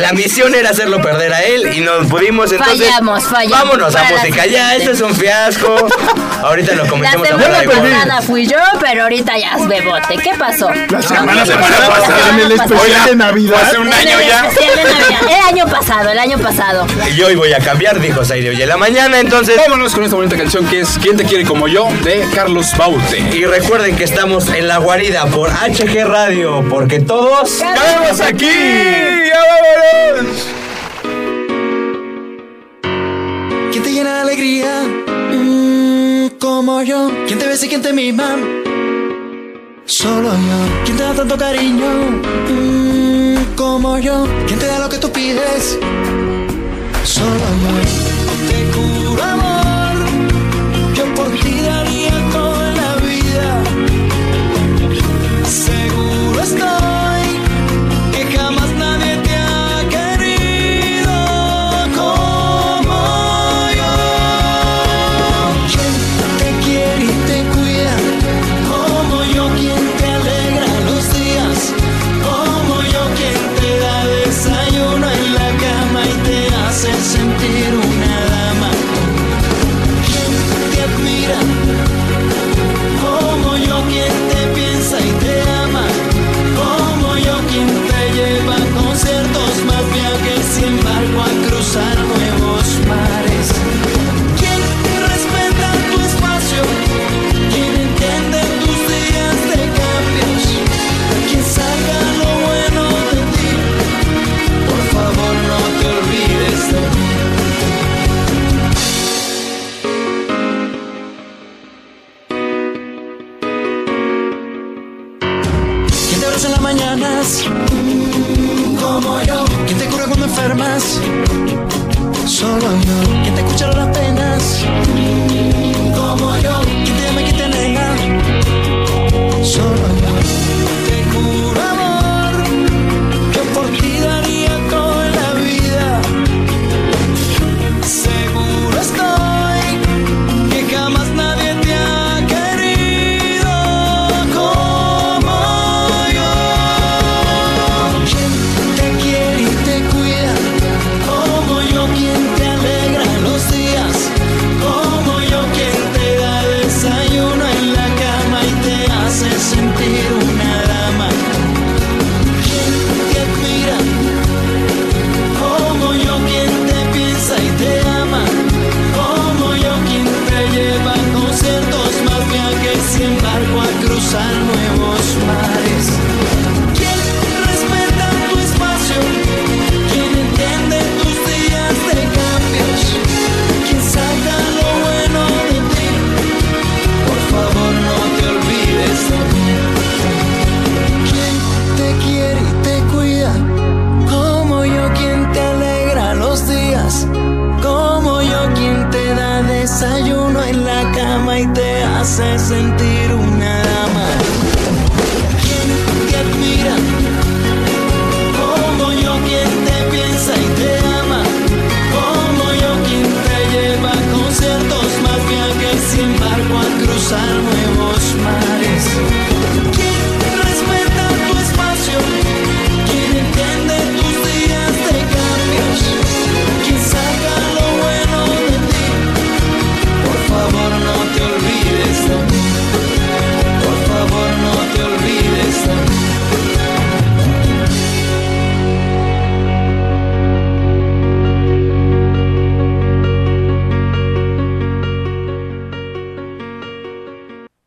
S7: La misión era hacerlo perder a él y no pudimos. Entonces,
S5: Fallamos, fallamos.
S7: vámonos a
S5: Para la
S7: Boteca. Ya,
S5: siguiente.
S7: esto es un fiasco. Ahorita lo
S5: La
S7: cometemos a
S5: semana
S7: bola de goma.
S5: pasada fui yo, pero ahorita ya es bebote. ¿Qué pasó?
S6: La semana
S7: semana pasada.
S6: pasada. En el especial de Navidad.
S7: hace un año
S5: El
S7: ya.
S5: especial de Navidad. El año pasado, el año pasado.
S7: Y hoy voy a cambiar, dijo Saide. Oye, la mañana entonces.
S8: Vámonos con esta bonita canción que es ¿Quién te quiere como yo? de Carlos Baute.
S7: Y recuerden que estamos en la guarida por HG Radio, porque todos
S8: ¡Cabemos aquí!
S7: ¡Ya vámonos!
S9: ¿Quién te llena de alegría? Mm, como yo. ¿Quién te besa y quién te mima? Solo yo. ¿Quién te da tanto cariño? Mm, como yo. ¿Quién te da lo que tú pides? Solo yo. Te juro amor. Yo por ti daría con la vida. Seguro estoy que jamás nadie te ha querido como yo. Quien te quiere y te cuida, como yo quien te alegra los días, como yo quien te da desayuno en la cama y te hace sentir una dama. Quien te admira, como yo quien te piensa y te ama, como yo quien te lleva a conciertos más viajes y embargo a cruzar nuevos mares. Quien te respeta tu espacio, quien entiende tus días de cambios, quien saca lo bueno de ti, por favor no te olvides de mí. ¿Quién te abraza en las mañanas? Mm, Como yo. ¿Quién te cura cuando enfermas? Solo yo. ¿Quién te escucha las penas? Mm, Como yo. ¿Quién te llama y quién te nega? Solo yo. Te juro amor. Yo por ti daría con la vida. Seguro estoy que jamás nadie te ha querido como yo. Quien te quiere y te cuida, como yo quien te alegra los días, como yo quien te da desayuno en la cama y te hace sentir una dama. Quien te admira, como yo quien te piensa y te ama. Como yo quien te lleva a conciertos más viajes y embargo a cruzar nuevos mares. Quien respeta tu espacio, quien entiende tus días de cambios, quien saca lo bueno de ti. Por favor no te olvides de mí. Quien te quiere y te cuida, como yo quien te alegra los días. Como yo quien te da desayuno en la cama y te hace sentir una dama. Quien te admira, como yo quien te piensa y te ama. Como yo quien te lleva a conciertos más viajes y embargo a cruzar nuevos mares. Quien respeta tu espacio, quien entiende tus días de cambios. Quien saca lo bueno de ti, por favor no te olvides de mí. Por favor no te olvides de mí.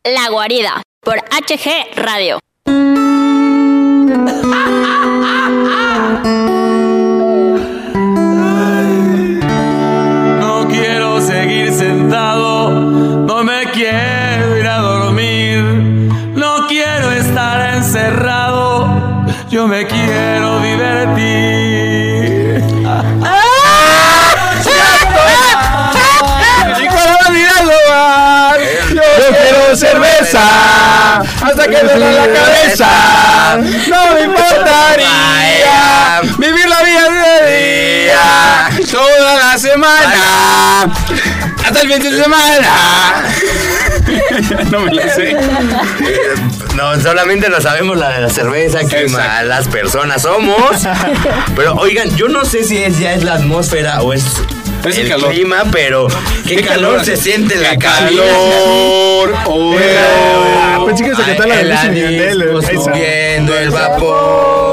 S16: La guarida por HG Radio.
S17: No quiero seguir sentado, no me quiero ir a dormir, no quiero estar encerrado, yo me quiero divertir.
S6: Yo quiero cerveza hasta que me duela la cabeza. No me importaría vivir la vida de día toda la semana.
S7: semana. Hasta el fin de semana.
S8: no me la sé.
S7: No, solamente no sabemos la de la cerveza, qué malas personas somos. Pero oigan, yo no sé si es, ya es la atmósfera o es,
S8: Es el
S7: el
S8: calor.
S7: clima, pero qué,
S8: Qué
S7: calor,
S8: calor.
S7: se siente en la
S8: Qué
S7: cabina.
S8: calor. Oh,
S4: Ah, pensé que se cantaba la de Luis
S7: anís
S4: Miguel, eh. Ahí está.
S7: subiendo el vapor.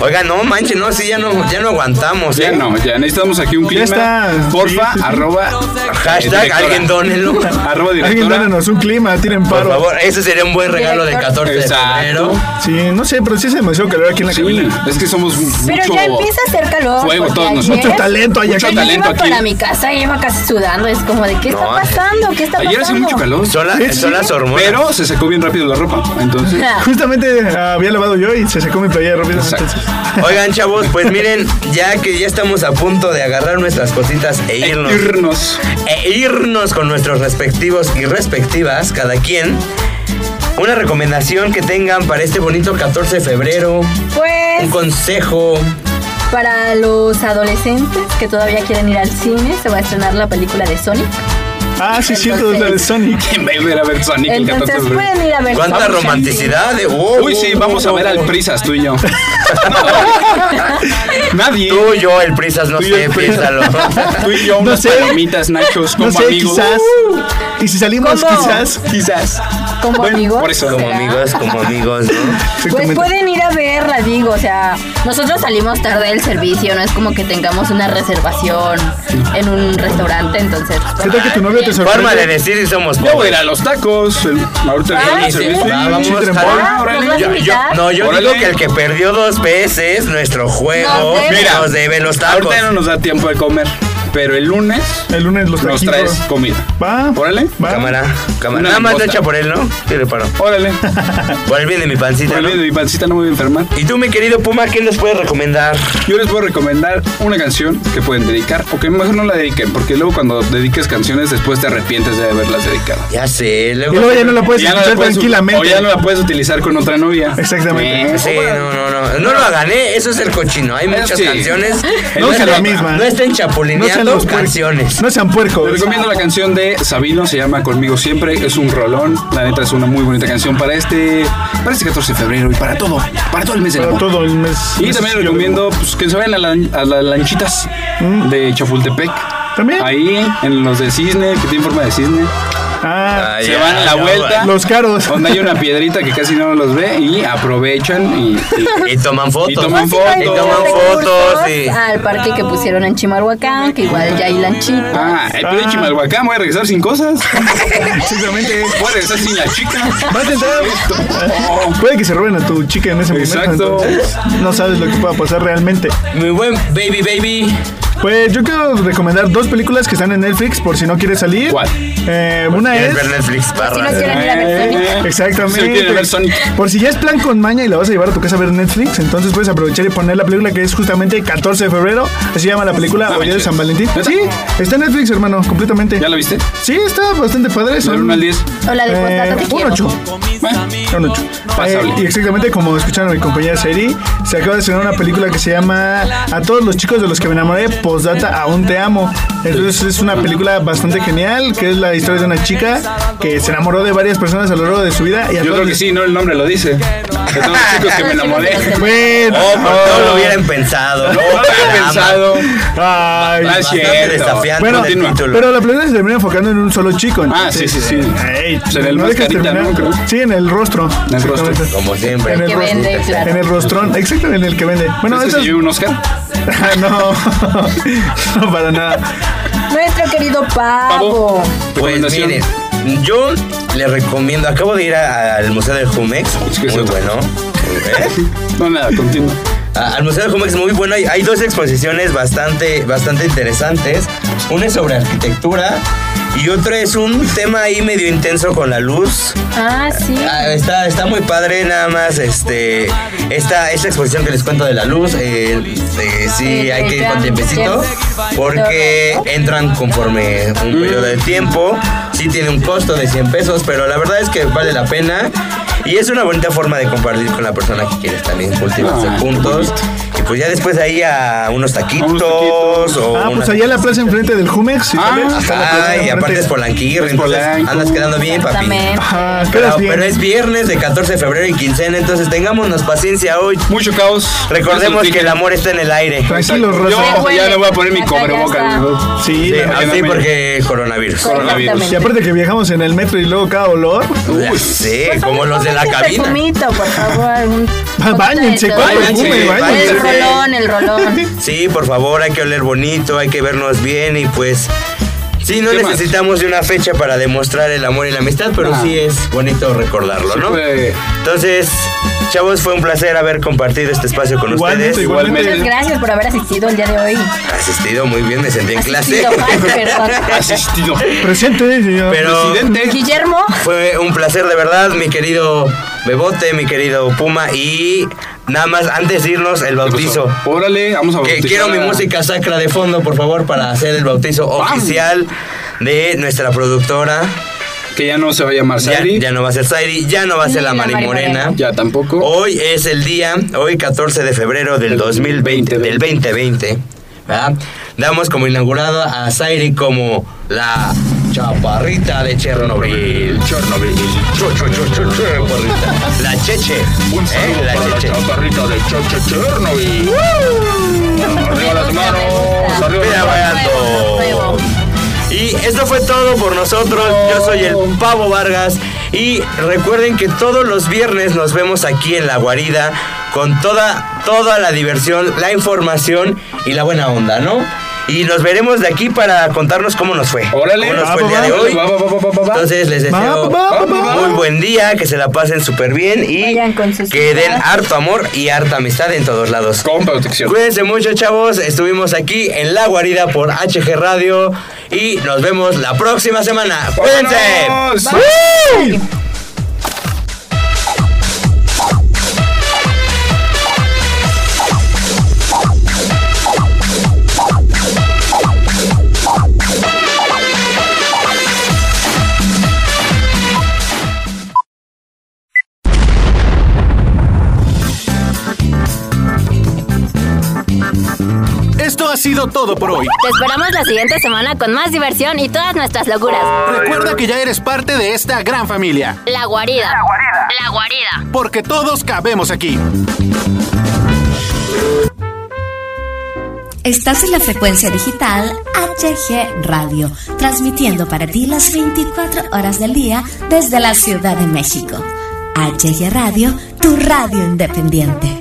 S7: Oigan, no manches, no, sí, ya no, ya no aguantamos.
S8: Ya
S7: ¿eh?
S8: no, ya necesitamos aquí un
S7: Ya
S8: clima.
S7: está.
S8: Porfa,
S7: Sí, sí, sí.
S8: arroba.
S7: Hashtag
S8: directora.
S7: alguien dónenlo.
S8: Arroba
S4: Alguien
S8: directora.
S4: dónenos un clima, tiren
S7: Por
S4: paro.
S7: favor, ese sería un buen regalo de 14 de febrero.
S4: Sí, no sé, pero sí es demasiado calor aquí en la
S8: Sí,
S4: cabina.
S8: es que somos
S5: Pero ya empieza a hacer calor.
S8: fuego
S5: porque
S8: todos
S5: ayer-
S8: nosotros. Mucho talento hay
S5: Yo
S8: aquí. talento
S5: iba
S8: aquí.
S5: para mi casa y iba casi sudando. Es como de, ¿qué está
S7: No,
S5: pasando? ¿Qué está
S8: Ayer
S5: pasando?
S8: hacía mucho calor.
S7: Son la- son las hormonas.
S8: Pero se secó bien rápido la ropa. Entonces.
S4: Justamente ah, había lavado yo y se sacó mi playera rápido. Entonces,
S7: Oigan, chavos, pues miren, ya que ya estamos a punto de agarrar nuestras cositas e irnos.
S8: Irnos.
S7: E irnos con nuestros respectivos y respectivas, cada quien. Una recomendación que tengan para este bonito 14 de febrero.
S5: Pues
S7: Un consejo.
S5: para los adolescentes que todavía quieren ir al cine, se va a estrenar la película de Sonic.
S4: Ah, sí, cierto, es la de Sonic.
S8: ¿Quién va a ir a ver Sonic el 14 de
S5: Entonces
S8: febrero?
S5: pueden ir a ver.
S7: ¿Cuánta
S5: Sonic.
S7: romanticidad? eh? Oh,
S8: Uy, sí, vamos a ver al Prisas, tú y yo. Nadie.
S7: Tú, yo, el Prisas, no
S8: Tú y yo,
S7: sé,
S8: el Prisas.
S7: piénsalo.
S8: Tú y yo,
S4: No
S8: unas
S4: sé.
S8: palomitas, nachos, como
S4: No sé,
S8: amigos.
S4: quizás.
S6: Uh.
S4: Y si salimos,
S5: ¿Cómo?
S4: quizás.
S8: Quizás.
S5: Como amigos.
S8: por eso.
S7: Como amigos, como amigos, ¿no?
S5: Pues
S4: Exactamente.
S5: pueden ir a verla, digo, o sea, nosotros salimos tarde del servicio, no es como que tengamos una reservación en un restaurante, entonces.
S4: ¿Qué tal que tu novio te
S7: Forma de
S4: sorprende?
S7: decir y somos
S8: Yo voy a
S7: pobres.
S8: ir a los tacos. el- ahorita
S5: Ay,
S4: Ah,
S8: el
S5: sí.
S8: servicio.
S7: Va, vamos,
S8: Sí, trempol,
S7: jala.
S8: órale.
S5: Nos vas a
S7: Yo- yo-
S5: invitar?
S7: no, yo
S8: Órale.
S7: digo que el que perdió dos veces nuestro juego
S5: Nos debe.
S7: mira, nos debe los tacos.
S8: Ahorita no nos da tiempo de comer. Pero el lunes
S4: El lunes los
S8: nos
S4: taquitos.
S8: traes comida.
S4: Va.
S8: Órale.
S4: Va.
S7: Cámara, cámara.
S8: Una
S7: Nada más lo
S8: langosta.
S7: echa por él, ¿no? Sí, le paro.
S8: Órale.
S7: Por el bien de mi pancita,
S8: Por
S7: ¿no?
S8: el bien de mi pancita no me voy a enfermar.
S7: Y tú, mi querido Puma, ¿qué nos puedes recomendar?
S8: Yo les puedo recomendar una canción que pueden dedicar o que mejor no la dediquen, porque luego cuando dediques canciones después te arrepientes de haberlas dedicado.
S7: Ya sé,
S4: Y luego ya no la puedes
S8: Ya no la
S4: escuchar
S8: puedes- O
S4: tranquilamente.
S8: ya no la puedes utilizar con otra novia.
S4: Exactamente.
S7: Sí, no, no, no. No lo hagan, ¿eh? Eso es el cochino. Hay muchas
S8: Sí.
S7: canciones.
S4: No
S7: estén-
S4: sea la misma.
S7: No estén
S4: No sean
S7: chapulineando
S4: los puer-
S7: canciones.
S4: No sean puercos.
S8: Te recomiendo la canción de Sabino, se llama Conmigo Siempre, es un rolón, la neta es una muy bonita canción para este, para este 14 de febrero y para todo, para todo el mes del
S4: Para
S8: amor.
S4: todo el mes.
S8: Y
S4: mes
S8: también
S4: que-
S8: recomiendo pues, que se vayan a, la- a las lanchitas de Chapultepec.
S4: Mm. También.
S8: Ahí, en los de cisne, que tienen forma de cisne.
S4: Ah,
S7: Ay,
S8: se
S7: ya,
S8: van a la
S7: ya,
S8: vuelta.
S4: los caros.
S8: Donde hay una piedrita que casi no los ve y aprovechan y, y-
S7: Y toman fotos.
S8: Y toman
S5: Básicamente,
S7: Y
S8: fotos.
S7: toman fotos.
S5: recursos
S7: Y...
S5: Al parque que pusieron en Chimalhuacán, que igual ya hay lanchitas.
S8: Ah, eh, pero en Chimalhuacán voy a regresar sin cosas.
S4: Exactamente.
S8: Voy a regresar sin la chica.
S4: Vas a entrar. Puede que se roben a tu chica en ese momento.
S8: Exacto.
S4: entonces, no sabes lo que pueda pasar realmente.
S7: Mi buen baby, baby.
S4: Pues yo quiero recomendar dos películas que están en Netflix por si no quieres salir.
S8: ¿Cuál?
S4: Eh, una
S7: ¿Quieres
S4: es.
S7: ver Netflix
S5: Si no
S7: barra?
S5: quieren ir a ver
S4: Eh,
S5: Sonic.
S4: Exactamente.
S8: Si no quieren ver Sonic.
S4: Por si ya es plan con maña y la vas a llevar a tu casa a ver Netflix, entonces puedes aprovechar y poner la película que es justamente 14 de febrero. Así se llama la película
S8: No
S4: Hoy de
S8: manches.
S4: San Valentín.
S8: Ah, ¿Neta?
S4: Sí, está en Netflix, hermano, completamente.
S8: ¿Ya la viste?
S4: Sí, está bastante padre.
S8: Del
S4: Son
S8: 1 al 10.
S5: O la de
S4: eh,
S5: Postdata pues, te
S4: un
S5: quiero.
S4: 8. Un 8.
S8: Pasable.
S4: y exactamente como escucharon a mi compañera Seri, se acaba de estrenar una película que se llama A todos los chicos de los que me enamoré, Postdata Aún te amo. Entonces es una película bastante genial, que es la historia de una chica que se enamoró de varias personas a lo largo de su vida. Y a
S8: Yo
S4: todos
S8: creo que
S4: les-
S8: sí, no el nombre lo dice. De todos los chicos que me enamoré.
S4: Bueno.
S7: Oh, pero no lo hubieran pensado. Oh,
S8: No lo había
S7: caramba.
S8: pensado.
S4: Ay,
S8: Ah,
S7: Bastante
S8: es cierto.
S7: desafiante
S4: Bueno,
S7: del
S8: continúa.
S7: título.
S4: Pero la película se termina enfocando en un solo chico.
S8: Ah, sí, sí, sí.
S4: Ey,
S8: Pues en el
S4: no dejas
S8: mascarita,
S4: terminar.
S8: ¿no? Creo.
S4: Sí, en el rostro.
S8: En el rostro.
S4: Exactamente.
S7: Como siempre.
S4: En el,
S5: Que
S4: rostro.
S5: vende, claro.
S4: en el rostrón, exactamente en el que vende.
S8: ¿Crees
S4: Bueno,
S8: que
S4: eso
S8: se
S4: es-
S8: lleve este un Oscar?
S4: Ah, no, no para nada.
S5: Nuestro querido
S8: Pavo.
S5: Pavo.
S7: Pues
S8: Recomendación.
S7: miren, yo les recomiendo, acabo de ir a- al Museo del Jumex,
S8: Es que
S7: muy
S8: es otro.
S7: bueno. ¿eh?
S8: No, nada, continúa.
S7: A- Al Museo del Jumex muy bueno, hay, hay dos exposiciones bastante, bastante interesantes. Una es sobre arquitectura y otra es un tema ahí medio intenso con la luz.
S5: Ah, sí.
S7: Ah, está, está muy padre, nada más este esta, esta exposición que les cuento de la luz, eh, eh, sí hay que ir con tiempecito, porque entran conforme un periodo de tiempo, sí tiene un costo de 100 pesos, pero la verdad es que vale la pena y es una bonita forma de compartir con la persona que quieres también cultivarse
S8: Ah, qué
S7: juntos
S8: bonito.
S7: y Pues ya después ahí a unos taquitos. O
S4: Ah,
S7: una-
S4: pues allá en la plaza enfrente del Jumex. si
S8: Ah.
S4: sales, está la plaza
S7: Ay, aparte
S4: enfrente.
S7: es Polanquí, entonces andas quedando bien, papi.
S4: Ajá,
S7: Pero,
S4: Ah, quedas bien.
S7: pero es viernes de 14 de febrero y quincena, entonces tengámonos paciencia hoy.
S8: Mucho caos.
S7: Recordemos
S8: Eso sí.
S7: que el amor está en el aire.
S4: Tranquilos, Rosa.
S8: Yo ya le voy a poner mi cobremoca.
S4: Sí,
S7: Sí,
S4: la verdad,
S7: así
S4: me-
S7: porque coronavirus.
S4: Y aparte que viajamos en el metro y luego cada olor.
S7: Ya sé,
S5: Pues
S7: como los de la cabina.
S5: Perfumito, por favor. un poquito
S4: Báñense,
S5: de
S4: ¿cuál
S5: todo. Pues,
S4: perfume? Báñense.
S5: El rolón, el rolón.
S7: Sí, por favor, hay que oler bonito, hay que vernos bien y pues... Sí, no
S8: ¿Qué más?
S7: necesitamos de una fecha para demostrar el amor y la amistad, pero
S8: Ah.
S7: sí es bonito recordarlo,
S8: Sí
S7: ¿no?
S8: fue.
S7: Entonces, chavos, fue un placer haber compartido este espacio con
S8: Igualmente,
S7: ustedes.
S8: igualmente.
S5: Muchas gracias por haber asistido el día de hoy.
S7: Asistido, muy bien, me senté en clase.
S5: Asistido, ay, perdón.
S7: Asistido.
S4: Presente, señor.
S7: Pero
S5: Guillermo.
S7: Fue un placer de verdad, mi querido Bebote, mi querido Puma y nada más antes de irnos el bautizo.
S8: Órale, vamos a
S7: Que
S8: bautizar
S7: quiero mi
S8: a-
S7: música sacra de fondo, por favor, para hacer el bautizo oficial de nuestra productora.
S8: Que ya no se va a llamar
S7: Zairi. Ya, no Oh, va a ser Zairi, ya no va a ser la Mari Morena.
S8: Ya tampoco.
S7: Hoy es el día, hoy 14 de febrero del 2020, del 2020, ¿verdad? Damos como inaugurado a Zairi como la chaparrita de Chernobyl. Chernobyl. Cho, cho, cho, cho, chaparrita. La cheche. ¿eh? La cheche. chaparrita de Chernobyl. Arriba las manos. Arriba y esto fue todo por nosotros. Yo soy el Pavo Vargas. Y recuerden que todos los viernes nos vemos aquí en La Guarida con toda, toda la diversión, la información y la buena onda, ¿no? Y nos veremos de aquí para contarnos cómo nos fue.
S8: Órale.
S7: cómo nos
S8: Va,
S7: fue el
S8: va,
S7: día de
S8: va,
S7: hoy.
S8: va, va, va, va, va.
S7: Entonces les
S8: Va,
S7: deseo
S8: va, va, va, va.
S7: muy buen día, que se la pasen súper bien y que den harto amor y harta amistad en todos lados.
S8: Con protección.
S7: Cuídense mucho, chavos. Estuvimos aquí en La Guarida por HG Radio y nos vemos la próxima semana. ¡Cuídense!
S8: ¡Vámonos!
S7: ¡Woo!
S6: Esto ha sido todo por hoy.
S10: Te esperamos la siguiente semana con más diversión y todas nuestras locuras.
S6: Recuerda que ya eres parte de esta gran familia,
S10: La guarida. La guarida. La guarida.
S6: porque todos cabemos aquí.
S1: Estás en la frecuencia digital HG Radio, transmitiendo para ti las 24 horas del día desde la Ciudad de México. HG Radio, tu radio independiente.